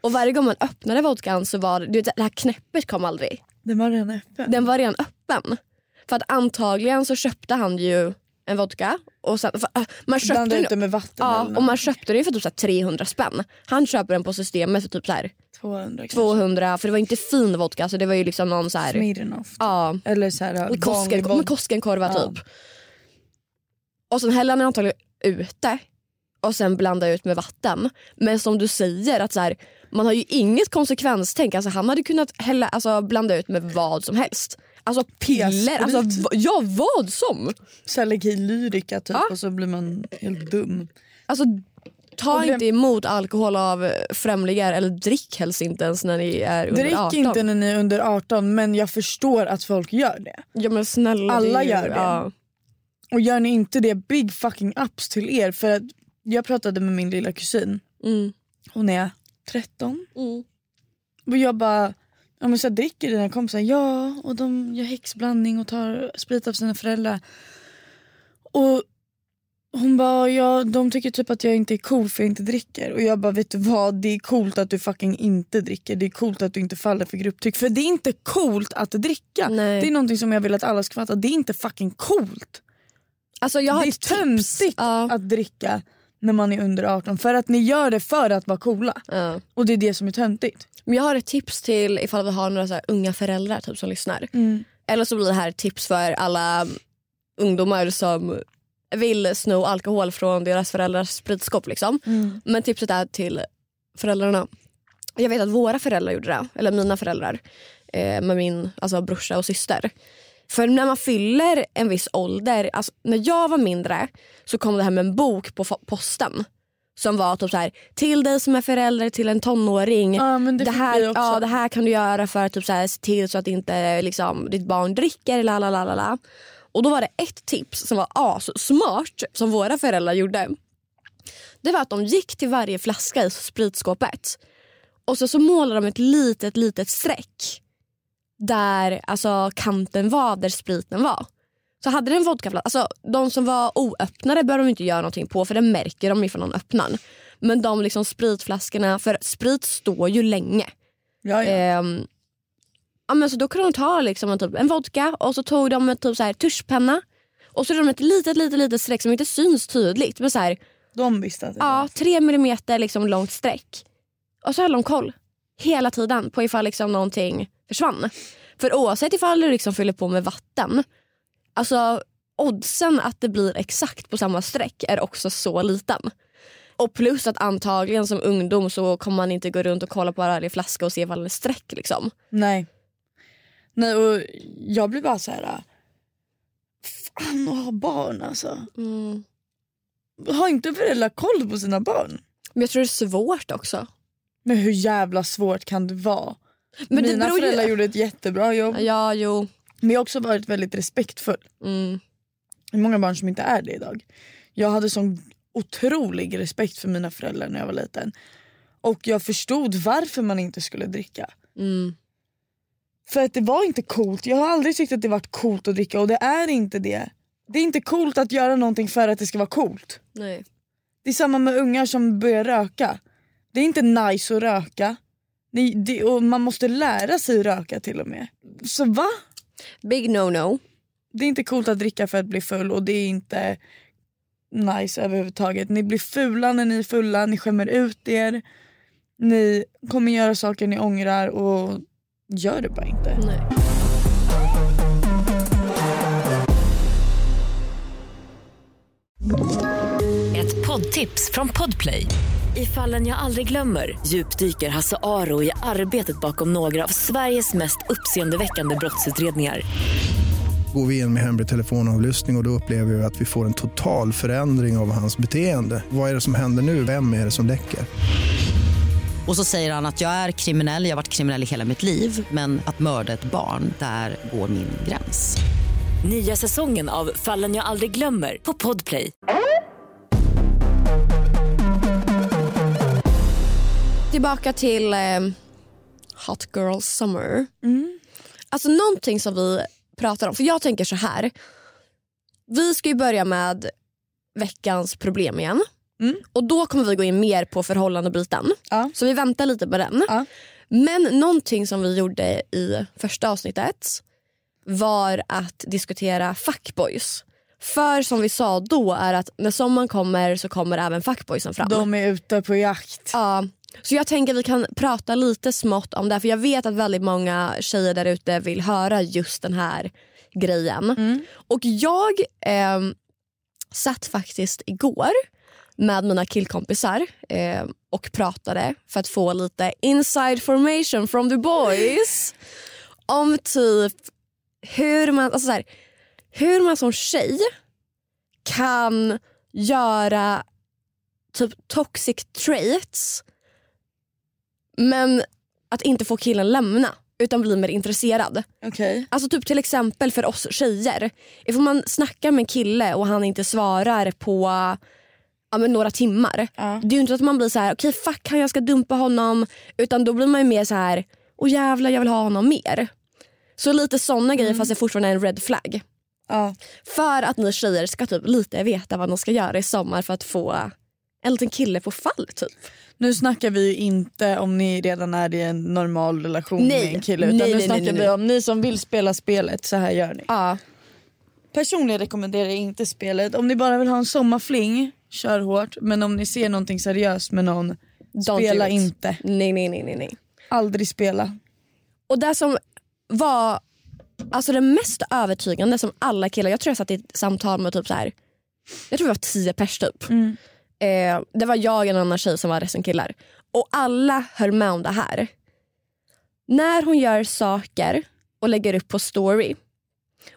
Speaker 3: Och varje gång man öppnade vodkan så var det, du vet, det här knäppet kom aldrig.
Speaker 2: Den var redan öppen.
Speaker 3: Den var redan öppen. För att antagligen så köpte han ju en vodka. Och sen, för, äh, man köpte
Speaker 2: Blanda
Speaker 3: den,
Speaker 2: ut den med vatten
Speaker 3: ja,
Speaker 2: eller
Speaker 3: och
Speaker 2: något.
Speaker 3: man köpte den ju för typ så här 300 spänn. Han köper den på systemet för typ så här
Speaker 2: 200 kanske.
Speaker 3: 200, för det var inte fin vodka. Så det var ju liksom någon så här...
Speaker 2: Smirnoff.
Speaker 3: Ja,
Speaker 2: Eller så här,
Speaker 3: med Kosken,
Speaker 2: vanlig
Speaker 3: med Koskenkorva
Speaker 2: Ja.
Speaker 3: typ. Och sen häller han antagligen ute och sen blandar ut med vatten. Men som du säger, att så här, man har ju inget konsekvenstänk. Alltså, han hade kunnat hälla, alltså, blanda ut med vad som helst. Alltså piller,
Speaker 2: P-sprit.
Speaker 3: alltså, v- ja vad som.
Speaker 2: Seleki Lyrica typ
Speaker 3: Ja.
Speaker 2: och så blir man helt dum.
Speaker 3: Alltså, ta
Speaker 2: Och det-
Speaker 3: inte emot alkohol av eh, främlingar eller drick helst inte ens när ni är under
Speaker 2: Drick
Speaker 3: 18.
Speaker 2: inte när ni är under 18 men jag förstår att folk gör det.
Speaker 3: Ja, men snälla,
Speaker 2: Alla
Speaker 3: är ju-
Speaker 2: gör det.
Speaker 3: Ja.
Speaker 2: Och gör ni inte det, big fucking ups till er. För att jag pratade med min lilla kusin,
Speaker 3: Mm.
Speaker 2: hon är 13.
Speaker 3: Mm.
Speaker 2: Och jag bara, ja, men så här, dricker dina kompisar? Ja, och de gör häxblandning och tar sprit av sina föräldrar. Och hon bara, ja, de tycker typ att jag inte är cool för jag inte dricker. Och jag bara, vet du vad? Det är coolt att du fucking inte dricker. Det är coolt att du inte faller för grupptryck. För det är inte coolt att dricka.
Speaker 3: Nej.
Speaker 2: Det är någonting som jag vill att alla ska fatta. Det är inte fucking coolt
Speaker 3: Alltså, jag har
Speaker 2: det är
Speaker 3: ett tips.
Speaker 2: töntigt
Speaker 3: Ja.
Speaker 2: att dricka när man är under 18 för att ni gör det för att vara coola.
Speaker 3: Ja.
Speaker 2: Och det är det som är töntigt.
Speaker 3: Men jag har ett tips till ifall vi har några så här unga föräldrar typ, som lyssnar. Eller så blir det här ett tips för alla ungdomar som vill sno alkohol från deras föräldrars spritskåp. Liksom. Men tipset är till föräldrarna. Jag vet att våra föräldrar gjorde det, eller mina föräldrar eh, med min alltså, brorsa och syster. För när man fyller en viss ålder, alltså, när jag var mindre så kom det här med en bok på fo- posten som var typ så här, till dig som är förälder till en tonåring.
Speaker 2: Ja, men det fick
Speaker 3: här,
Speaker 2: vi också.
Speaker 3: ja, det här kan du göra för att typ så här, se till så att inte liksom, ditt barn dricker. La, la, la, la, la. Och då var det ett tips som var smart som våra föräldrar gjorde. Det var att de gick till varje flaska i spritskåpet och så, så målade de ett litet, litet streck där alltså, kanten var, där spriten var. Så hade den vodkaflaska, alltså de som var oöppnade behöver de inte göra någonting på för det märker de ifall någon öppnar. den. Men de liksom spritflaskorna, för sprit står ju länge.
Speaker 2: Ja, ja.
Speaker 3: Ehm, ja, men så då kunde de ta liksom en, typ, en vodka och så tog de en typ så här, tuschpenna och så gjorde de ett litet, litet, litet streck som inte syns tydligt. Men så här,
Speaker 2: De visste att det var.
Speaker 3: ja, tre millimeter liksom långt streck. Och så höll de koll hela tiden på ifall liksom någonting försvann. För oavsett ifall du liksom fyller på med vatten, alltså oddsen att det blir exakt på samma streck är också så liten. Och plus att antagligen som ungdom så kommer man inte gå runt och kolla på varje flaska och se ifall det är streck. Liksom.
Speaker 2: Nej. Nej och jag blir bara så här. äh, Fan att ha barn alltså. Har inte föräldrar koll på sina barn?
Speaker 3: Men jag tror det är svårt också.
Speaker 2: Men hur jävla svårt kan det vara?
Speaker 3: Men det
Speaker 2: Mina
Speaker 3: beror ju-
Speaker 2: föräldrar gjorde ett jättebra jobb.
Speaker 3: Ja, jo.
Speaker 2: Men jag har också varit väldigt respektfull.
Speaker 3: Mm.
Speaker 2: Det är många barn som inte är det idag. Jag hade sån otrolig respekt för mina föräldrar när jag var liten. Och jag förstod varför man inte skulle dricka.
Speaker 3: Mm.
Speaker 2: För att det var inte coolt. Jag har aldrig tyckt att det varit coolt att dricka och det är inte det. Det är inte coolt att göra någonting för att det ska vara coolt.
Speaker 3: Nej.
Speaker 2: Det är samma med ungar som börjar röka. Det är inte nice att röka. Nej, det, och man måste lära sig röka till och med. Så va?
Speaker 3: Big no no.
Speaker 2: Det är inte coolt att dricka för att bli full och det är inte nice överhuvudtaget. Ni blir fula när ni är fulla, ni skämmer ut er. Ni kommer göra saker ni ångrar och gör det bara inte.
Speaker 3: Nej.
Speaker 1: Ett poddtips från Podplay. I fallen jag aldrig glömmer djupdyker Hasse Aro i arbetet bakom några av Sveriges mest uppseendeväckande brottsutredningar.
Speaker 6: Går vi in med hemlig telefonavlyssning och, och då upplever vi att vi får en total förändring av hans beteende. Vad är det som händer nu? Vem är det som läcker?
Speaker 7: Och så säger han att jag är kriminell, jag har varit kriminell i hela mitt liv men att mörda ett barn, där går min gräns.
Speaker 1: Nya säsongen av Fallen jag aldrig glömmer på Podplay.
Speaker 3: Tillbaka till eh, Hot Girl Summer.
Speaker 2: Mm.
Speaker 3: Alltså någonting som vi pratar om, för jag tänker så här. Vi ska ju börja med veckans problem igen. Och då kommer vi gå in mer på förhållandebiten.
Speaker 2: Mm. Ja.
Speaker 3: Så vi väntar lite på den.
Speaker 2: Ja.
Speaker 3: Men någonting som vi gjorde i första avsnittet var att diskutera fuckboys. För som vi sa då är att när sommaren kommer så kommer även fuckboysen fram.
Speaker 2: De är ute på jakt.
Speaker 3: Ja. Så jag tänker vi kan prata lite smått om det här, för jag vet att väldigt många tjejer där ute vill höra just den här grejen. Och jag eh, satt faktiskt igår med mina killkompisar eh, och pratade för att få lite inside formation from the boys om typ hur man, alltså så här, hur man som tjej kan göra typ toxic traits men att inte få killen lämna utan bli mer intresserad.
Speaker 2: Okej.
Speaker 3: Alltså typ till exempel för oss tjejer. Ifall man snackar med en kille och han inte svarar på ja, men några timmar.
Speaker 2: Ja.
Speaker 3: Det är ju inte att man blir så här: okej fuck han jag ska dumpa honom. Utan då blir man ju mer så här: åh jävlar jag vill ha honom mer. Så lite såna grejer fast det fortfarande är en red flag.
Speaker 2: Ja.
Speaker 3: För att ni tjejer ska typ lite veta vad de ska göra i sommar för att få en liten kille på fall typ.
Speaker 2: Nu snackar vi ju inte om ni redan är i en normal relation
Speaker 3: Nej.
Speaker 2: med en kille utan
Speaker 3: Nej,
Speaker 2: nu
Speaker 3: nej,
Speaker 2: snackar
Speaker 3: nej, nej,
Speaker 2: vi
Speaker 3: nej.
Speaker 2: om ni som vill spela spelet, så här gör ni.
Speaker 3: Ja.
Speaker 2: Personligen rekommenderar jag inte spelet. Om ni bara vill ha en sommarfling, kör hårt. Men om ni ser någonting seriöst med någon,
Speaker 3: Don't
Speaker 2: spela
Speaker 3: do it.
Speaker 2: inte.
Speaker 3: Nej, nej, nej, nej, nej.
Speaker 2: Aldrig spela.
Speaker 3: Och det som var alltså det mest övertygande som alla killar, jag tror jag satt i ett samtal med typ så här. jag tror det var tio pers typ. Eh, det var jag och en annan tjej som var resten killar. Och alla höll med om det här. När hon gör saker och lägger upp på story.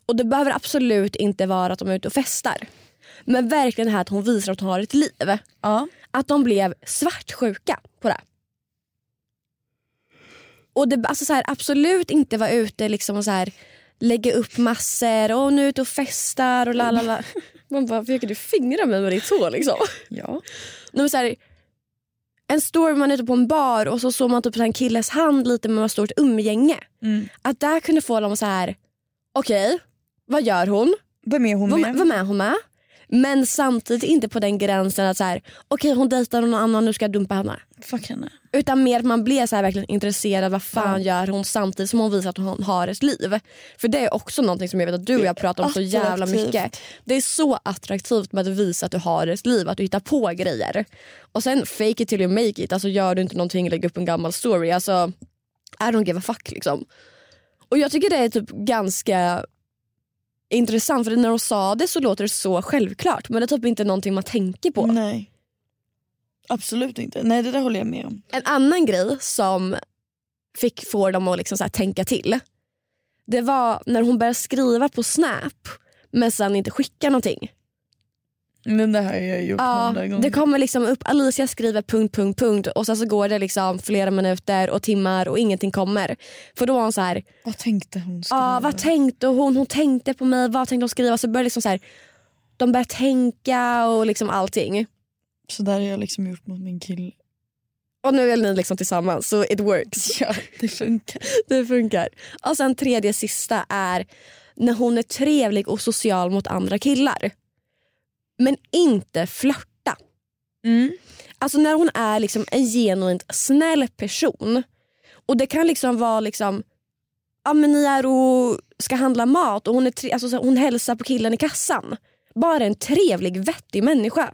Speaker 3: Och det behöver absolut inte vara att de är ute och festar. Men verkligen det här att hon visar att hon har ett liv.
Speaker 2: Ja.
Speaker 3: Att de blev svartsjuka på det. Och det, alltså så här, absolut inte vara ute liksom och så här, lägga upp massor och nu är ute och festar och la la la. Man bara, försöker du fingra mig med ditt hår liksom?
Speaker 2: Ja.
Speaker 3: Nej, men så här, en story man är ute på en bar och så såg man typ så här en killes hand lite med ett stort umgänge.
Speaker 2: Mm.
Speaker 3: Att där kunde få dem så här, okej, vad gör hon?
Speaker 2: Vem är hon
Speaker 3: Vad
Speaker 2: med?
Speaker 3: med, med hon med? Men samtidigt inte på den gränsen att så här, okej hon dejtar någon annan nu ska jag dumpa henne.
Speaker 2: Fuck henne.
Speaker 3: Utan mer att man blir så här verkligen intresserad. Vad fan gör hon samtidigt som hon visar att hon har ett liv? För det är också någonting som jag vet att du och jag pratar om så jävla
Speaker 2: attraktivt.
Speaker 3: mycket. Det är så attraktivt med att visa att du har ett liv, att du hittar på grejer. Och sen fake it till you make it. Alltså gör du inte någonting, lägg upp en gammal story. Alltså I don't give a fuck liksom. Och jag tycker det är typ ganska intressant för när de sa det så låter det så självklart men det är typ inte någonting man tänker på.
Speaker 2: Nej. Absolut inte. Nej det där håller jag med om.
Speaker 3: En annan grej som fick få dem att liksom så här tänka till det var när hon började skriva på Snap men sen inte skicka någonting.
Speaker 2: Men det här har jag gjort
Speaker 3: Ja,
Speaker 2: hundra gånger.
Speaker 3: det kommer liksom upp Alicia skriver punkt, punkt, punkt och sen så går det liksom flera minuter och timmar och ingenting kommer. För då var hon så här,
Speaker 2: Vad tänkte hon skriva?
Speaker 3: ah, vad tänkte hon? Hon tänkte på mig, vad tänkte hon skriva? Så började liksom så här, de började tänka och liksom allting.
Speaker 2: Så där har jag liksom gjort mot min kille.
Speaker 3: Och nu är ni liksom tillsammans så it works.
Speaker 2: Ja det funkar.
Speaker 3: Det funkar. Och sen tredje sista är när hon är trevlig och social mot andra killar. Men inte flörta.
Speaker 2: Mm.
Speaker 3: Alltså när hon är liksom en genuint snäll person Och det kan liksom vara liksom, ja men ni är och ska handla mat och hon, är tre, alltså, så här, hon hälsar på killen i kassan. Bara en trevlig, vettig människa.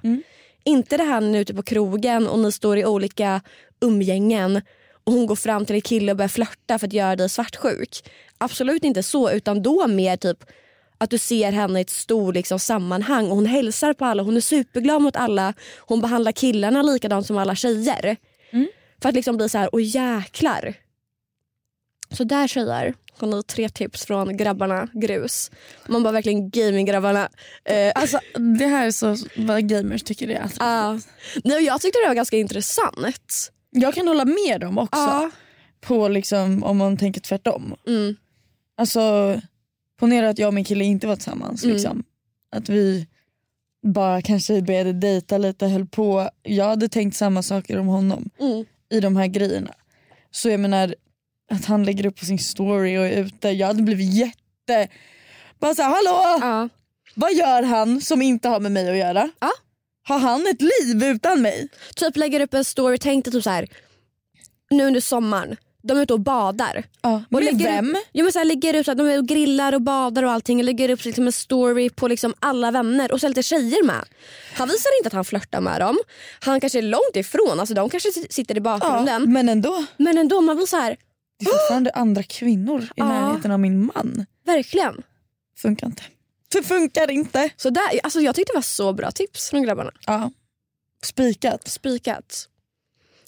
Speaker 3: Inte det här när ni är ute på krogen och ni står i olika umgängen och hon går fram till en kille och börjar flörta för att göra dig svartsjuk. Absolut inte så utan då mer typ att du ser henne i ett stort liksom, sammanhang och hon hälsar på alla, hon är superglad mot alla. Hon behandlar killarna likadant som alla tjejer. För att liksom bli så här, åh jäklar. Så där tjejer, har ni tre tips från grabbarna grus. Man bara verkligen gaminggrabbarna. Eh,
Speaker 2: Alltså det här är så vad gamers tycker det är attraktivt.
Speaker 3: ah. Nej, och jag tyckte det var ganska intressant.
Speaker 2: Jag kan hålla med dem också.
Speaker 3: Ja.
Speaker 2: På liksom, om man tänker tvärtom.
Speaker 3: Mm.
Speaker 2: Alltså, ponera att jag och min kille inte var tillsammans.
Speaker 3: Mm.
Speaker 2: Liksom. Att vi bara kanske började dejta lite, höll på. Jag hade tänkt samma saker om honom
Speaker 3: Mm.
Speaker 2: i de här grejerna. Så jag menar, att han lägger upp på sin story och är ute. Jag hade blivit jätte... Bara såhär, hallå!
Speaker 3: Ja.
Speaker 2: Vad gör han som inte har med mig att göra?
Speaker 3: Ja.
Speaker 2: Har han ett liv utan mig?
Speaker 3: Typ lägger upp en story, tänk dig typ så här. nu under sommaren, de är ute och badar.
Speaker 2: Ja.
Speaker 3: Och
Speaker 2: Med
Speaker 3: lägger
Speaker 2: vem?
Speaker 3: Upp, jo, men så här, lägger upp så att de är och grillar och badar och allting. Och lägger upp liksom en story på liksom alla vänner och så lite tjejer med. Han visar inte att han flörtar med dem. Han kanske är långt ifrån, alltså de kanske sit- sitter i
Speaker 2: Ja,
Speaker 3: bakgrunden.
Speaker 2: men ändå.
Speaker 3: Men ändå, man blir så här,
Speaker 2: Det är fortfarande andra kvinnor i
Speaker 3: Ja.
Speaker 2: närheten av min man.
Speaker 3: verkligen.
Speaker 2: Funkar inte. Det funkar inte.
Speaker 3: Så där, alltså, jag tyckte det var så bra tips från grabbarna.
Speaker 2: Ja. Spikat.
Speaker 3: Spikat.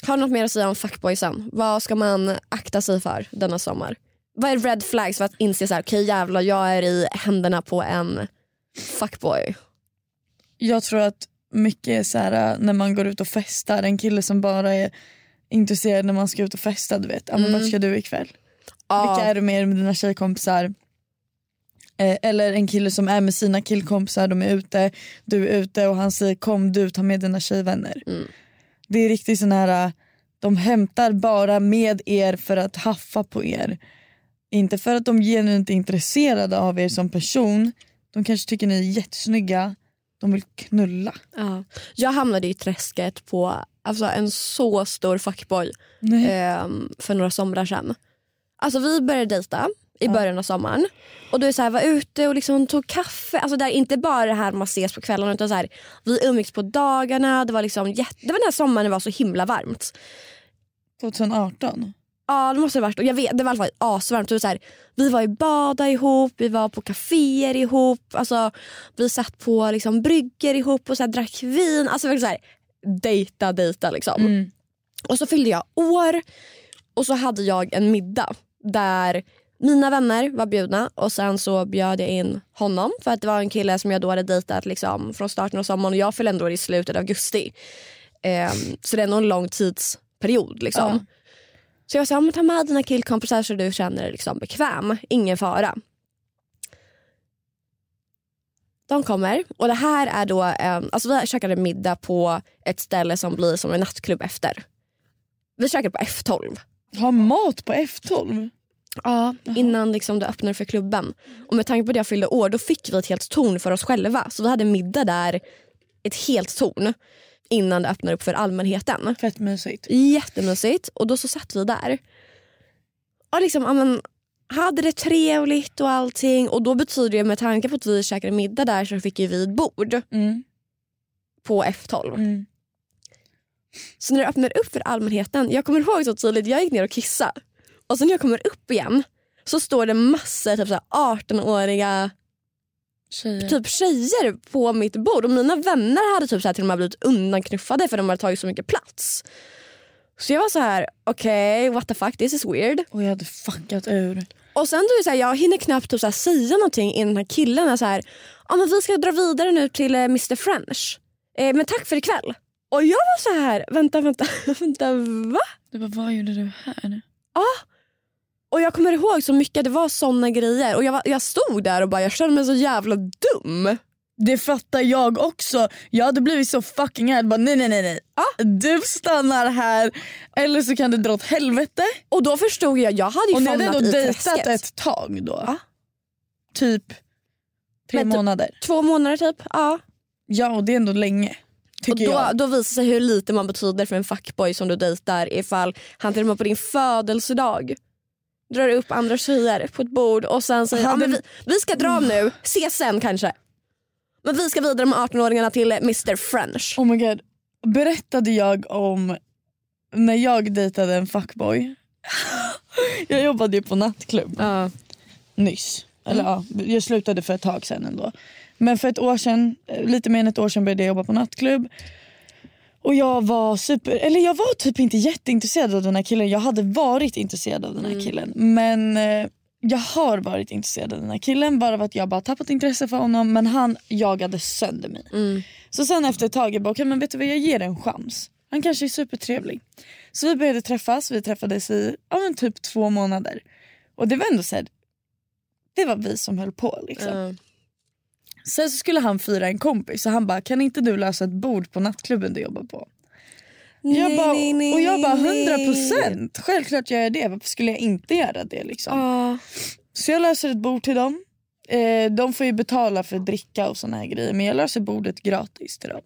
Speaker 3: Har du något mer att säga om fuckboysen? Vad ska man akta sig för denna sommar? Vad är red flags för att inse så här, okej jävlar jag är i händerna på en fuckboy.
Speaker 2: Jag tror att mycket är så här äh, när man går ut och festar, en kille som bara är intresserad när man ska ut och festa. Du vet, mm. vart ska du ikväll? Vilka är du med med dina tjejkompisar? Eh, eller en kille som är med sina killkompisar, de är ute, du är ute och han säger kom du ta med dina tjejvänner. Det är riktigt sån här, de hämtar bara med er för att haffa på er. Inte för att de genuint är intresserade av er som person. De kanske tycker ni är jättesnygga. De vill knulla.
Speaker 3: Ja. Jag hamnade i träsket på alltså, en så stor fuckboy
Speaker 2: Nej.
Speaker 3: ehm, för några somrar sedan. Alltså, vi började dejta i början av sommaren. Och du så här, var ute och liksom tog kaffe. Alltså, där, inte bara det här man ses på kvällarna utan så här, vi umgicks på dagarna. Det var, liksom jätte... det var den här sommaren det var så himla varmt.
Speaker 2: 2018?
Speaker 3: Ja det måste det ha varit. Och jag vet, det var i alla fall asvarmt. Det var så här, vi var i bada ihop, vi var på kaféer ihop. Alltså, vi satt på liksom, bryggor ihop och så här, drack vin. Alltså verkligen så här, dejta, dejta liksom. Och så fyllde jag år och så hade jag en middag där mina vänner var bjudna och sen så bjöd jag in honom för att det var en kille som jag då hade dejtat liksom, från starten av sommaren och jag fyllde ändå i slutet av augusti. Ehm, så det är ändå en lång tidsperiod. Liksom. Så jag sa, "Ja, men ta med dina killkompisar så du känner dig liksom bekväm. Ingen fara. De kommer och det här är då, eh, alltså vi käkade middag på ett ställe som blir som en nattklubb efter. Vi käkade på F12.
Speaker 2: Ha mat på F12?
Speaker 3: Ja, innan liksom det öppnade för klubben. Och med tanke på att jag fyllde år då fick vi ett helt torn för oss själva. Så vi hade middag där, ett helt torn, innan det öppnade upp för allmänheten.
Speaker 2: Fett mysigt.
Speaker 3: Jättemysigt. Och då så satt vi där. Och liksom, ja, men, hade det trevligt och allting. Och då betyder det med tanke på att vi käkade middag där så fick ju vi ett bord
Speaker 2: Mm.
Speaker 3: på F12.
Speaker 2: Mm.
Speaker 3: Så när det öppnar upp för allmänheten, jag kommer ihåg så tydligt, jag gick ner och kissade. Och sen när jag kommer upp igen så står det massor typ så här 18-åriga
Speaker 2: Tjejer.
Speaker 3: typ tjejer på mitt bord och mina vänner hade typ så här till och med blivit undanknuffade för de hade tagit så mycket plats. Så jag var så här, okej what the fuck this is weird.
Speaker 2: Och jag hade fuckat ur.
Speaker 3: Och sen du är så här, jag hinner knappt typ så här, säga någonting innan den här killen är så här, ja men vi ska dra vidare nu till eh, Mr French. Eh, men tack för ikväll. Och jag var så här, vänta vänta, vänta va?
Speaker 2: Du bara, vad gjorde du här?
Speaker 3: Och jag kommer ihåg så mycket, det var såna grejer. Och jag, var, jag stod där och bara, jag kände mig så jävla dum.
Speaker 2: Det fattar jag också. Jag hade blivit så fucking arg. Bara, nej, nej, nej. nej. Du stannar här eller så kan du dra åt helvete.
Speaker 3: Och då förstod jag, jag hade ju
Speaker 2: Och ni hade
Speaker 3: fastnat
Speaker 2: ändå
Speaker 3: i
Speaker 2: dejtat
Speaker 3: träsket.
Speaker 2: ett tag då.
Speaker 3: Ja.
Speaker 2: Typ tre
Speaker 3: Men typ-
Speaker 2: månader.
Speaker 3: Två månader typ, ja.
Speaker 2: Ja, och det är ändå länge.
Speaker 3: Och
Speaker 2: Tycker
Speaker 3: då,
Speaker 2: jag.
Speaker 3: då visar sig hur lite man betyder för en fuckboy som du dejtar ifall han till och med på din födelsedag drar upp andra tjejer på ett bord och sen säger
Speaker 2: Han
Speaker 3: ah, men vi,
Speaker 2: vill-
Speaker 3: vi ska dra nu, ses sen kanske. Men vi ska vidare med 18-åringarna till eh, Mr French.
Speaker 2: Oh my god. Berättade jag om när jag dejtade en fuckboy? jag jobbade ju på nattklubb.
Speaker 3: Ja.
Speaker 2: nyss. Eller ja, jag slutade för ett tag sedan ändå. Men för ett år sedan, eh, lite mer än ett år sedan började jag jobba på nattklubb. Och jag var super, eller jag var typ inte jätteintresserad av den här killen. Jag hade varit intresserad av den här killen. Men eh, jag har varit intresserad av den här killen bara av att jag bara tappat intresse för honom. Men han jagade sönder mig. Så sen efter ett tag jag bara, okej men vet du vad jag ger det en chans. Han kanske är supertrevlig. Så vi började träffas, vi träffades i ja, men typ två månader. Och det var ändå så här, det var vi som höll på. Liksom. Sen så skulle han fira en kompis så han bara, kan inte du lösa ett bord på nattklubben du jobbar på? jag bara, och jag bara 100 procent, självklart gör jag det. Varför skulle jag inte göra det? Liksom?
Speaker 3: Ja.
Speaker 2: Så jag löser ett bord till dem. Eh, de får ju betala för dricka och såna här grejer men jag löser bordet gratis till dem.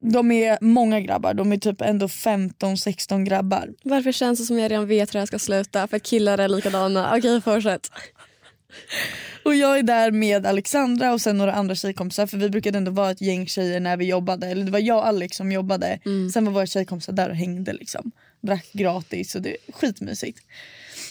Speaker 2: De är många grabbar, de är typ ändå 15-16 grabbar.
Speaker 3: Varför känns det som jag redan vet hur det här ska sluta? För att killar är likadana. Okej, fortsätt.
Speaker 2: Och jag är där med Alexandra och sen några andra tjejkompisar för vi brukade ändå vara ett gäng tjejer när vi jobbade. Eller det var jag och Alex som jobbade. Sen var våra tjejkompisar där och hängde liksom. Drack gratis och det är skitmysigt.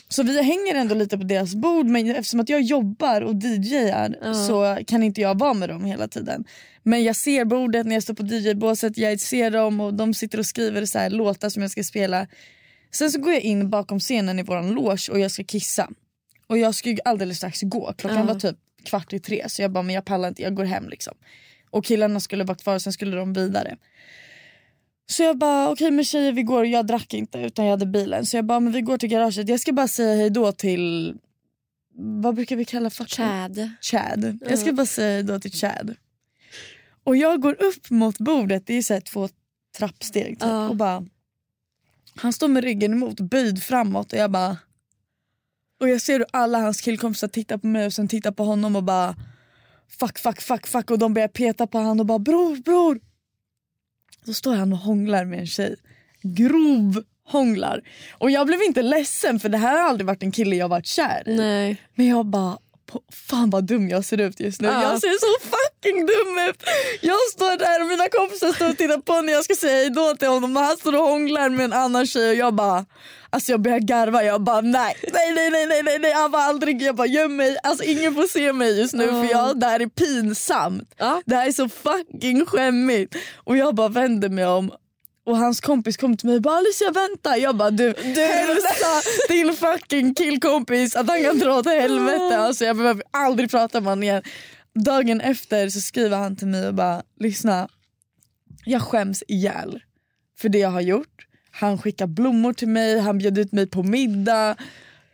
Speaker 2: Så vi hänger ändå lite på deras bord men eftersom att jag jobbar och DJar så kan inte jag vara med dem hela tiden. Men jag ser bordet när jag står på DJ-båset, jag ser dem och de sitter och skriver så här låtar som jag ska spela. Sen så går jag in bakom scenen i våran loge och jag ska kissa. Och jag skulle alldeles strax gå. Klockan var typ kvart i tre så jag bara men jag pallar inte, jag går hem liksom. Och killarna skulle vara kvar och sen skulle de vidare. Så jag bara okej men tjejer vi går, jag drack inte utan jag hade bilen. Så jag bara men vi går till garaget, jag ska bara säga hej då till vad brukar vi kalla fuck
Speaker 3: Chad.
Speaker 2: Chad. Jag ska bara säga hej då till Chad. Och jag går upp mot bordet, det är så här två trappsteg typ,
Speaker 3: Ja.
Speaker 2: och bara han står med ryggen emot, böjd framåt och jag bara och jag ser hur alla hans killkompisar tittar på mig och sen tittar på honom och bara fuck, fuck, fuck, fuck och de börjar peta på han och bara bror, bror. Då står han och hånglar med en tjej. Grov hånglar. Och jag blev inte ledsen för det här har aldrig varit en kille jag varit kär i.
Speaker 3: Nej.
Speaker 2: Men jag bara, på- fan vad dum jag ser ut just nu.
Speaker 3: Ja.
Speaker 2: Jag ser så fucking dum ut. Jag står där och mina kompisar står och tittar på när jag ska säga hejdå till honom och han står och hånglar med en annan tjej och jag bara, alltså jag börjar garva. Jag bara nej, nej, nej, nej, nej, nej, nej. han var aldrig, jag bara göm mig. Alltså ingen får se mig just nu för jag, det här är pinsamt.
Speaker 3: Ja.
Speaker 2: Det här är så fucking skämmigt. Och jag bara vänder mig om och hans kompis kom till mig och bara Alicia vänta. Jag bara du, hälsa din fucking killkompis att han kan dra åt helvete. Alltså, jag behöver aldrig prata med honom igen. Dagen efter så skriver han till mig och bara lyssna. Jag skäms ihjäl för det jag har gjort. Han skickar blommor till mig, han bjöd ut mig på middag.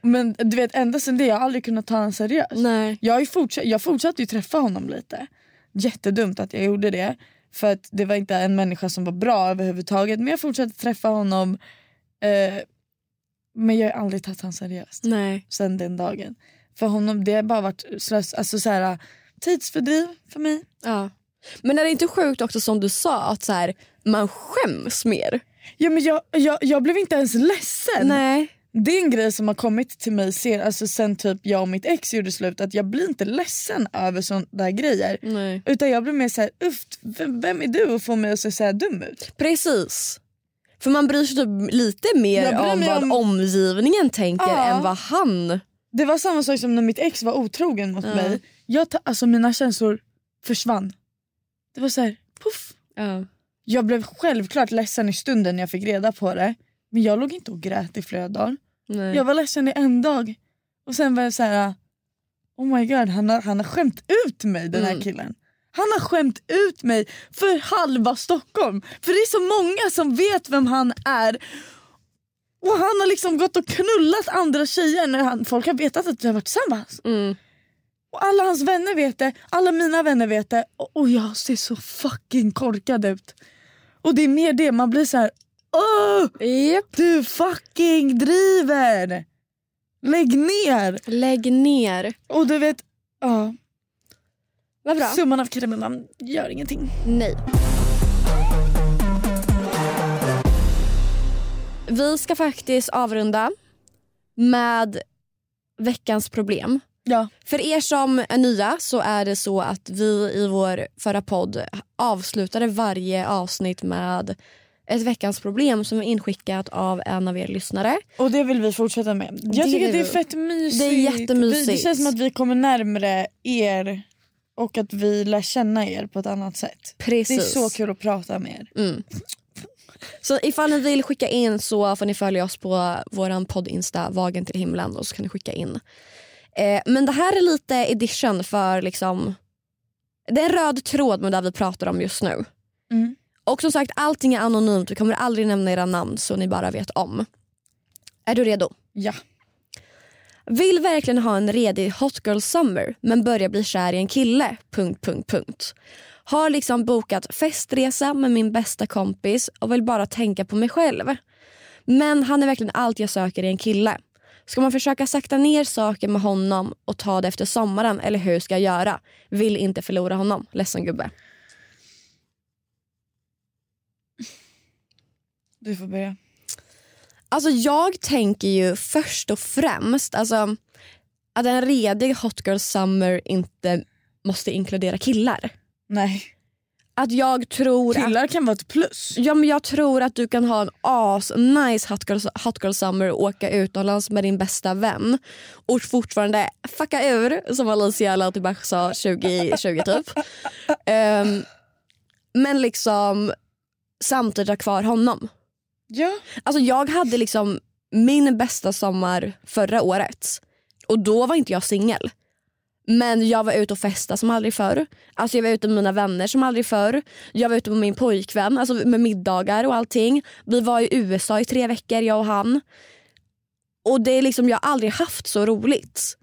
Speaker 2: Men du vet ända sedan det har jag aldrig kunnat ta honom seriöst.
Speaker 3: Nej.
Speaker 2: Jag, är fortsatt, jag fortsatte ju träffa honom lite. Jättedumt att jag gjorde det. För att det var inte en människa som var bra överhuvudtaget. Men jag fortsatte träffa honom. Eh, men jag har aldrig tagit han seriöst
Speaker 3: Nej.
Speaker 2: sen den dagen. För honom, det har bara varit slös, alltså så här, tidsfördriv för mig.
Speaker 3: Ja. Men är det inte sjukt också som du sa att så här, man skäms mer?
Speaker 2: Ja, men jag, jag, jag blev inte ens ledsen.
Speaker 3: Nej.
Speaker 2: Det är en grej som har kommit till mig sen, alltså sen typ jag och mitt ex gjorde slut. Att jag blir inte ledsen över sådana där grejer.
Speaker 3: Nej.
Speaker 2: Utan jag blir mer såhär, uff, vem, vem är du och får mig att se så här dum ut?
Speaker 3: Precis. För man bryr sig typ lite mer
Speaker 2: Jag bryr
Speaker 3: om
Speaker 2: mig
Speaker 3: vad
Speaker 2: om-
Speaker 3: omgivningen tänker
Speaker 2: Ja.
Speaker 3: än vad han...
Speaker 2: Det var samma sak som när mitt ex var otrogen mot
Speaker 3: Ja.
Speaker 2: mig. Jag ta- alltså mina känslor försvann. Det var så här, puff.
Speaker 3: Ja.
Speaker 2: Jag blev självklart ledsen i stunden när jag fick reda på det. Men jag låg inte och grät i flera dagar.
Speaker 3: Nej.
Speaker 2: Jag var ledsen i en dag. Och sen var jag så här, oh my god han har, han har skämt ut mig den här
Speaker 3: Mm.
Speaker 2: killen. Han har skämt ut mig för halva Stockholm. För det är så många som vet vem han är. Och han har liksom gått och knullat andra tjejer när han, folk har vetat att vi har varit tillsammans.
Speaker 3: Mm.
Speaker 2: Och alla hans vänner vet det, alla mina vänner vet det och, och jag ser så fucking korkad ut. Och det är mer det, man blir så här. Åh!
Speaker 3: Japp.
Speaker 2: Du fucking driver! Lägg ner!
Speaker 3: Lägg ner.
Speaker 2: Och du vet, ja.
Speaker 3: Vad bra.
Speaker 2: Summan av kardemumman gör ingenting.
Speaker 3: Nej. Vi ska faktiskt avrunda med veckans problem.
Speaker 2: Ja.
Speaker 3: För er som är nya så är det så att vi i vår förra podd avslutade varje avsnitt med ett veckans problem som är inskickat av en av er lyssnare.
Speaker 2: Och det vill vi fortsätta med. Jag
Speaker 3: Det
Speaker 2: tycker att det är
Speaker 3: vill vi.
Speaker 2: fett mysigt.
Speaker 3: Det är jättemysigt.
Speaker 2: Vi, det känns som att vi kommer närmare er och att vi lär känna er på ett annat sätt.
Speaker 3: Precis.
Speaker 2: Det är så kul att prata med er.
Speaker 3: Så ifall ni vill skicka in så får ni följa oss på vår podd Insta Vagen till himlen och så kan ni skicka in. Eh, men det här är lite edition för liksom det är en röd tråd med det vi pratar om just nu.
Speaker 2: Mm.
Speaker 3: Och som sagt allting är anonymt, vi kommer aldrig nämna era namn så ni bara vet om. Är du redo?
Speaker 2: Ja.
Speaker 3: Vill verkligen ha en redig hot girl summer men börjar bli kär i en kille. Punkt, punkt, punkt. Har liksom bokat festresa med min bästa kompis och vill bara tänka på mig själv. Men han är verkligen allt jag söker i en kille. Ska man försöka sakta ner saker med honom och ta det efter sommaren eller hur ska jag göra? Vill inte förlora honom. Ledsen gubbe.
Speaker 2: Du får börja.
Speaker 3: Alltså jag tänker ju först och främst alltså, att en redig hot girl summer inte måste inkludera killar.
Speaker 2: Nej.
Speaker 3: Att jag tror att
Speaker 2: Killar kan vara ett plus.
Speaker 3: Ja, men jag tror att du kan ha en as nice hot girl, hot girl summer och åka utomlands med din bästa vän och fortfarande fucka ur som Alicia Lautibach sa 2020 typ. Ehm, men liksom samtidigt ha kvar honom.
Speaker 2: Ja.
Speaker 3: Alltså jag hade liksom min bästa sommar förra året och då var inte jag singel. Men jag var ute och festa som aldrig förr. Alltså jag var ute med mina vänner som aldrig förr. Jag var ute med min pojkvän alltså med middagar och allting. Vi var i USA i tre veckor jag och han. Och det är liksom, jag har aldrig haft så roligt.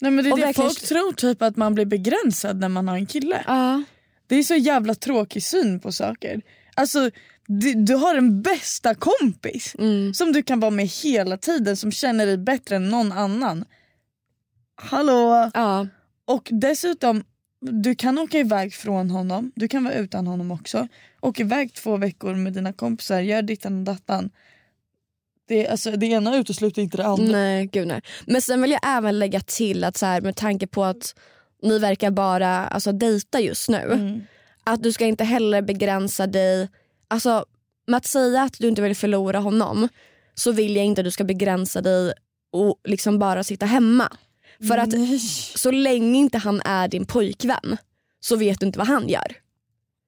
Speaker 2: Nej, men det är
Speaker 3: Och
Speaker 2: det.
Speaker 3: verkligen-
Speaker 2: Folk tror typ att man blir begränsad när man har en kille.
Speaker 3: Ja.
Speaker 2: Det är så jävla tråkig syn på saker. Alltså, du, du har den bästa kompis
Speaker 3: Mm.
Speaker 2: som du kan vara med hela tiden som känner dig bättre än någon annan. Hallå!
Speaker 3: Ja.
Speaker 2: Och dessutom, du kan åka iväg från honom, du kan vara utan honom också. Åk iväg två veckor med dina kompisar, gör dittan och dattan. Det, är- alltså, det ena utesluter inte det andra.
Speaker 3: Nej, gud nej. Men sen vill jag även lägga till att så här, med tanke på att ni verkar bara alltså, dejta just nu.
Speaker 2: Mm.
Speaker 3: Att du ska inte heller begränsa dig. Alltså, med att säga att du inte vill förlora honom så vill jag inte att du ska begränsa dig och liksom bara sitta hemma. För
Speaker 2: Mm.
Speaker 3: att så länge inte han är din pojkvän så vet du inte vad han gör.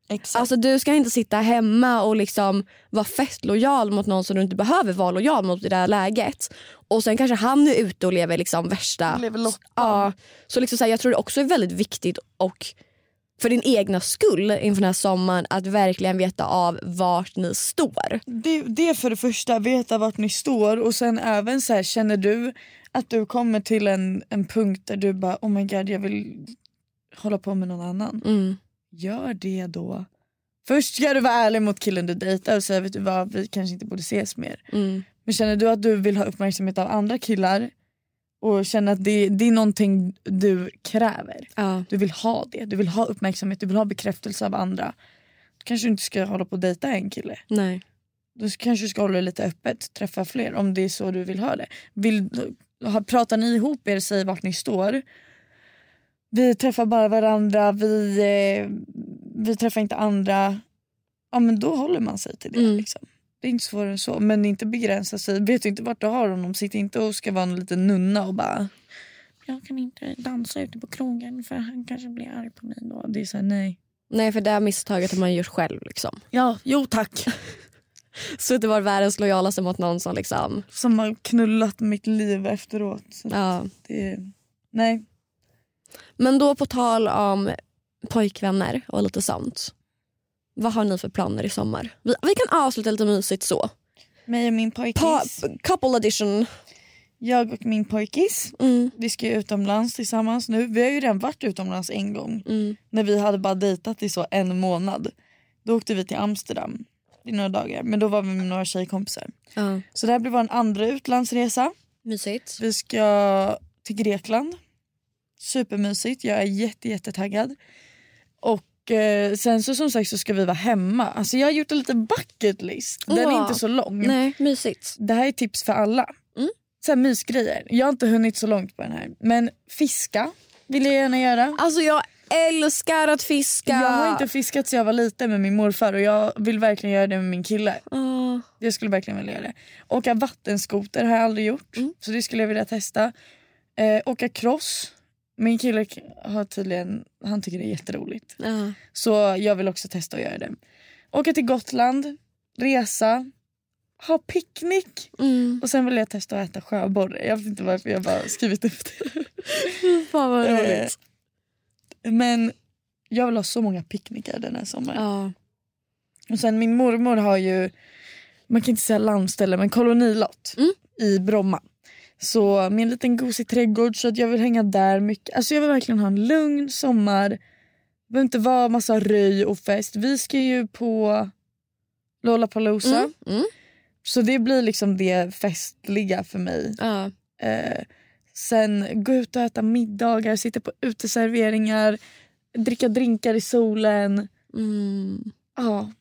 Speaker 2: Exakt.
Speaker 3: Alltså Du ska inte sitta hemma och liksom vara fett lojal mot någon som du inte behöver vara lojal mot i det här läget. Och Sen kanske han är ute och lever liksom värsta...
Speaker 2: Lever loppan.
Speaker 3: ja, så liksom så här, Jag tror det också är väldigt viktigt och för din egna skull inför den här sommaren att verkligen veta av vart ni står.
Speaker 2: det, det för det första, veta vart ni står och sen även så här, känner du att du kommer till en, en punkt där du bara oh my god jag vill hålla på med någon annan.
Speaker 3: Mm.
Speaker 2: Gör det då. Först ska du vara ärlig mot killen du dejtar och säga vet du vad vi kanske inte borde ses mer.
Speaker 3: Mm.
Speaker 2: Men känner du att du vill ha uppmärksamhet av andra killar och känner att det, det är någonting du kräver.
Speaker 3: Ja.
Speaker 2: Du vill ha det, du vill ha uppmärksamhet, du vill ha bekräftelse av andra. Då kanske du inte ska hålla på och dejta en kille
Speaker 3: Nej.
Speaker 2: då kanske du ska hålla det lite öppet, träffa fler om det är så du vill ha det. Vill, ha, pratar ni ihop er, säg vart ni står. Vi träffar bara varandra, vi, eh, vi träffar inte andra. Ja men då håller man sig till det.
Speaker 3: Mm.
Speaker 2: Liksom. Det är inte svårare än så. Men inte begränsa sig. Vet du inte vart du har honom, sitt inte och ska vara en liten nunna och bara jag kan inte dansa ute på krogen för han kanske blir arg på mig då. Det är såhär nej.
Speaker 3: Nej, för det här misstaget har man gjort själv. Liksom.
Speaker 2: Ja, jo tack.
Speaker 3: Så det var världens lojalaste mot någon som liksom...
Speaker 2: Som har knullat mitt liv efteråt. Så
Speaker 3: Ja.
Speaker 2: Det, nej.
Speaker 3: Men då på tal om pojkvänner och lite sånt. Vad har ni för planer i sommar? Vi, vi kan avsluta lite mysigt så.
Speaker 2: Mig och min pojkis.
Speaker 3: Pa, couple edition.
Speaker 2: jag och min pojkis.
Speaker 3: Mm,
Speaker 2: Vi ska ju utomlands tillsammans nu. Vi har ju redan varit utomlands en gång.
Speaker 3: mm,
Speaker 2: När vi hade bara dejtat i så en månad. Då åkte vi till Amsterdam i några dagar. Men då var vi med några tjejkompisar.
Speaker 3: ja.
Speaker 2: Så det här blir vår andra utlandsresa.
Speaker 3: Mysigt.
Speaker 2: Vi ska till Grekland. Supermysigt. Jag är jätte, jättetaggad. Och Och eh, sen så som sagt så ska vi vara hemma. Alltså jag har gjort en liten bucket list. Den
Speaker 3: Åh.
Speaker 2: är inte så lång.
Speaker 3: Mm. Nej, mysigt.
Speaker 2: Det här är tips för alla.
Speaker 3: Mm.
Speaker 2: Så här mysgrejer. Jag har inte hunnit så långt på den här. Men fiska vill jag gärna göra.
Speaker 3: Alltså jag älskar att fiska.
Speaker 2: Jag har inte fiskat sedan jag var liten med min morfar och jag vill verkligen göra det med min kille.
Speaker 3: Åh.
Speaker 2: Jag skulle verkligen vilja göra det. Åka vattenskoter har jag aldrig gjort. Så det skulle jag vilja testa. Eh, åka cross. Min kille k- har tydligen, han tycker det är jätteroligt.
Speaker 3: Ja.
Speaker 2: Så jag vill också testa att göra det. Åka till Gotland, resa, ha picknick.
Speaker 3: Mm.
Speaker 2: Och sen vill jag testa att äta sjöborre. Jag vet inte varför jag bara skrivit upp det.
Speaker 3: Fan vad
Speaker 2: Eh,
Speaker 3: roligt.
Speaker 2: Men jag vill ha så många picknickar den här sommaren.
Speaker 3: Ja.
Speaker 2: Och sen min mormor har ju, man kan inte säga landställe men kolonilott
Speaker 3: Mm.
Speaker 2: i Bromma. Så med en liten gosig trädgård så att jag vill hänga där mycket. Alltså jag vill verkligen ha en lugn sommar. Det behöver inte vara massa röj och fest. Vi ska ju på Lollapalooza.
Speaker 3: Mm. Mm.
Speaker 2: Så det blir liksom det festliga för mig.
Speaker 3: Ja.
Speaker 2: Eh, sen gå ut och äta middagar, sitta på uteserveringar, dricka drinkar i solen.
Speaker 3: Mm.
Speaker 2: Ja,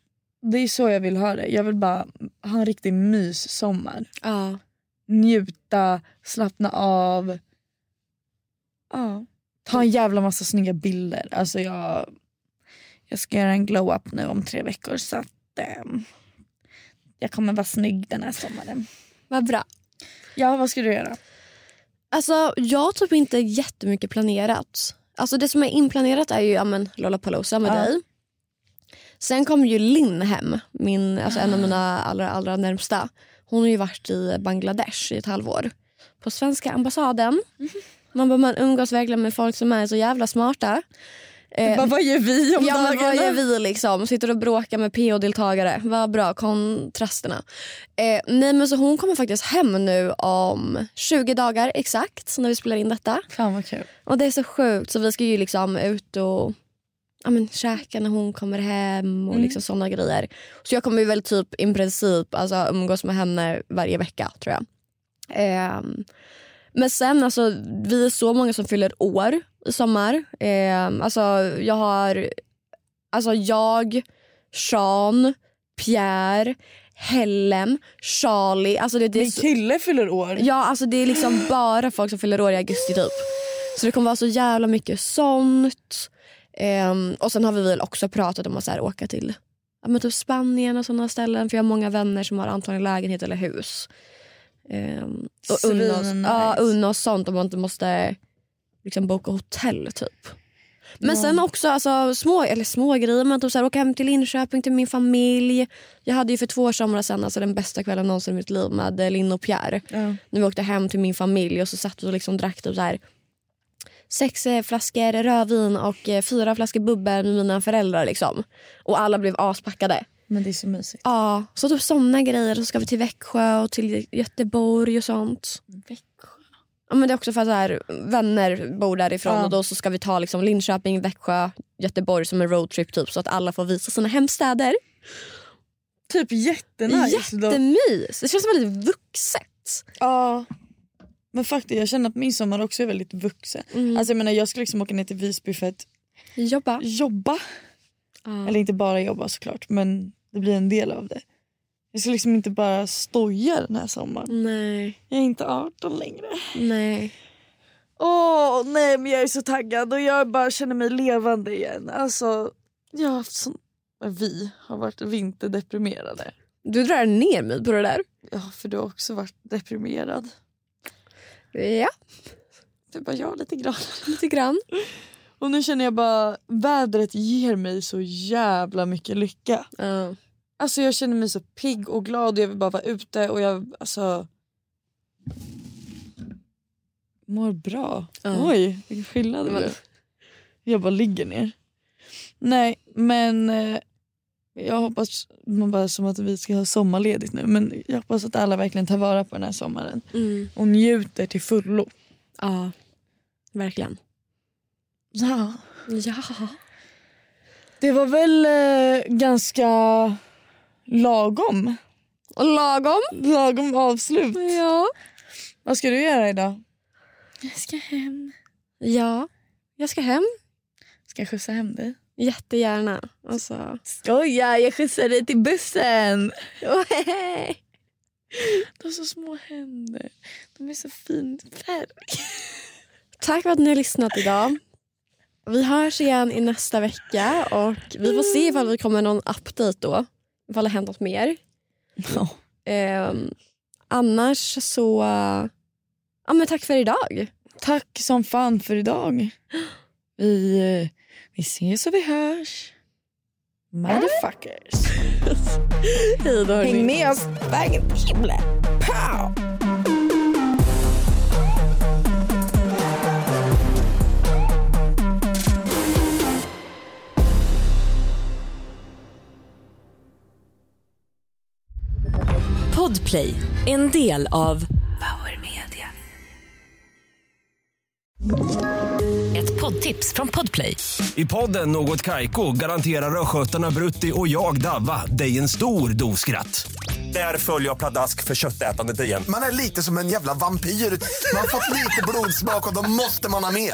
Speaker 2: det är så jag vill ha det. Jag vill bara ha en riktig myssommar.
Speaker 3: Ja.
Speaker 2: Njuta, slappna av. Ja. Ta en jävla massa snygga bilder. Alltså jag, jag ska göra en glow-up nu om tre veckor så att ehm, jag kommer vara snygg den här sommaren.
Speaker 3: Vad bra.
Speaker 2: Ja, vad ska du göra?
Speaker 3: Alltså, jag har typ inte jättemycket planerat. Alltså, det som är inplanerat är ju ja, men, Lollapalooza med
Speaker 2: Ja.
Speaker 3: dig. Sen kommer ju Linn hem, min, alltså en av mina allra, allra närmsta. Hon har ju varit i Bangladesh i ett halvår. På svenska ambassaden. Man, bara, man umgås verkligen med folk som är så jävla smarta. Eh,
Speaker 2: Bara, vad gör vi om
Speaker 3: ja, men
Speaker 2: dagarna?
Speaker 3: vad gör vi liksom? Sitter och bråkar med PO-deltagare. Vad bra, kontrasterna. Eh, nej men så hon kommer faktiskt hem nu om 20 dagar exakt när vi spelar in detta.
Speaker 2: Fan vad kul.
Speaker 3: Och det är så sjukt så vi ska ju liksom ut och ja, men, käka när hon kommer hem och liksom sådana grejer. Så jag kommer ju väl typ i princip alltså, umgås med henne varje vecka tror jag. Ehm, men sen alltså vi är så många som fyller år i sommar. Ehm, alltså jag har alltså jag, Sean, Pierre, Helen, Charlie. Alltså det, det är
Speaker 2: Din
Speaker 3: så-
Speaker 2: kille fyller år.
Speaker 3: Ja, alltså det är liksom bara folk som fyller år i augusti typ. Så det kommer vara så jävla mycket sånt. Ehm, och sen har vi väl också pratat om att så här, åka till ja, men typ Spanien och sådana ställen. För jag har många vänner som har antagligen lägenhet eller hus. Ehm, och unna oss,
Speaker 2: Svinnice.
Speaker 3: ja, unna oss sånt om man inte måste liksom, boka hotell typ. Men sen också alltså, små, eller små grejer. Men typ så här, åka hem till Linköping till min familj. Jag hade ju för två somrar sedan alltså, den bästa kvällen någonsin i mitt liv med eh, Linn och Pierre
Speaker 2: Ja.
Speaker 3: när vi åkte hem till min familj och så satt vi och liksom drack typ så här sex eh, flaskor rödvin och eh, fyra flaskor bubbel med mina föräldrar. Liksom. Och alla blev aspackade.
Speaker 2: Men det är så mysigt.
Speaker 3: Ja, så typ såna grejer. Så ska vi till Växjö och till Göteborg och sånt.
Speaker 2: Växjö.
Speaker 3: Ja, men det är också för att så här, vänner bor därifrån
Speaker 2: Ja.
Speaker 3: och då så ska vi ta liksom Linköping, Växjö, Göteborg som en roadtrip typ så att alla får visa sina hemstäder.
Speaker 2: Typ jättenice. då.
Speaker 3: Jättemys! Det känns väldigt vuxet.
Speaker 2: Ja. Men faktiskt, jag känner att min sommar också är väldigt vuxen.
Speaker 3: Mm.
Speaker 2: Alltså jag menar jag ska liksom åka ner till Visby för att
Speaker 3: Jobba.
Speaker 2: jobba. Eller inte bara jobba såklart men det blir en del av det. Jag ska liksom inte bara stoja den här sommaren.
Speaker 3: Nej,
Speaker 2: Jag är inte 18 längre.
Speaker 3: nej.
Speaker 2: Åh nej men jag är så taggad och jag bara känner mig levande igen. Alltså jag har haft sån... Vi har varit vinterdeprimerade.
Speaker 3: Du drar ner mig på det där.
Speaker 2: Ja för du har också varit deprimerad.
Speaker 3: Ja,
Speaker 2: Du bara jag är lite glad.
Speaker 3: lite grann.
Speaker 2: Och nu känner jag bara, vädret ger mig så jävla mycket lycka.
Speaker 3: Ja.
Speaker 2: Alltså jag känner mig så pigg och glad och jag vill bara vara ute och jag alltså... Mår bra.
Speaker 3: Ja.
Speaker 2: Oj, vilken skillnad det
Speaker 3: Men-
Speaker 2: blev. Jag bara ligger ner. Nej, men eh, jag hoppas, man bara som att vi ska ha sommarledigt nu, men jag hoppas att alla verkligen tar vara på den här sommaren
Speaker 3: Mm.
Speaker 2: och njuter till fullo.
Speaker 3: ja, verkligen.
Speaker 2: Ja.
Speaker 3: Ja.
Speaker 2: Det var väl eh, ganska lagom.
Speaker 3: Och lagom.
Speaker 2: Lagom avslut.
Speaker 3: Ja.
Speaker 2: Vad ska du göra idag?
Speaker 3: Ja, jag ska hem.
Speaker 2: Ska jag skjutsa hem dig?
Speaker 3: Jättegärna. Alltså.
Speaker 2: Skoja, jag skjutsar dig till bussen.
Speaker 3: Ohej.
Speaker 2: De har så små händer. De är så fin färg.
Speaker 3: Tack för att ni har lyssnat idag. Vi hörs igen i nästa vecka och vi får se ifall vi kommer någon update då. Ifall det har hänt något mer.
Speaker 8: Ja.
Speaker 3: Ehm, annars så... Ja, men tack för idag.
Speaker 2: Tack som fan för idag. Vi, eh, vi ses och vi hörs. Motherfuckers.
Speaker 3: Hej då. hörni.
Speaker 2: Häng med oss. Vägen till himlen. Pow!
Speaker 1: Podplay, en del av Power Media. Ett poddtips från Podplay.
Speaker 5: I podden Något Kaiko garanterar östgötarna Brutti och jag, Davva, dig en stor dos skratt. Där följer jag pladask för köttätandet igen.
Speaker 9: Man är lite som en jävla vampyr. Man har fått lite blodsmak och då måste man ha mer.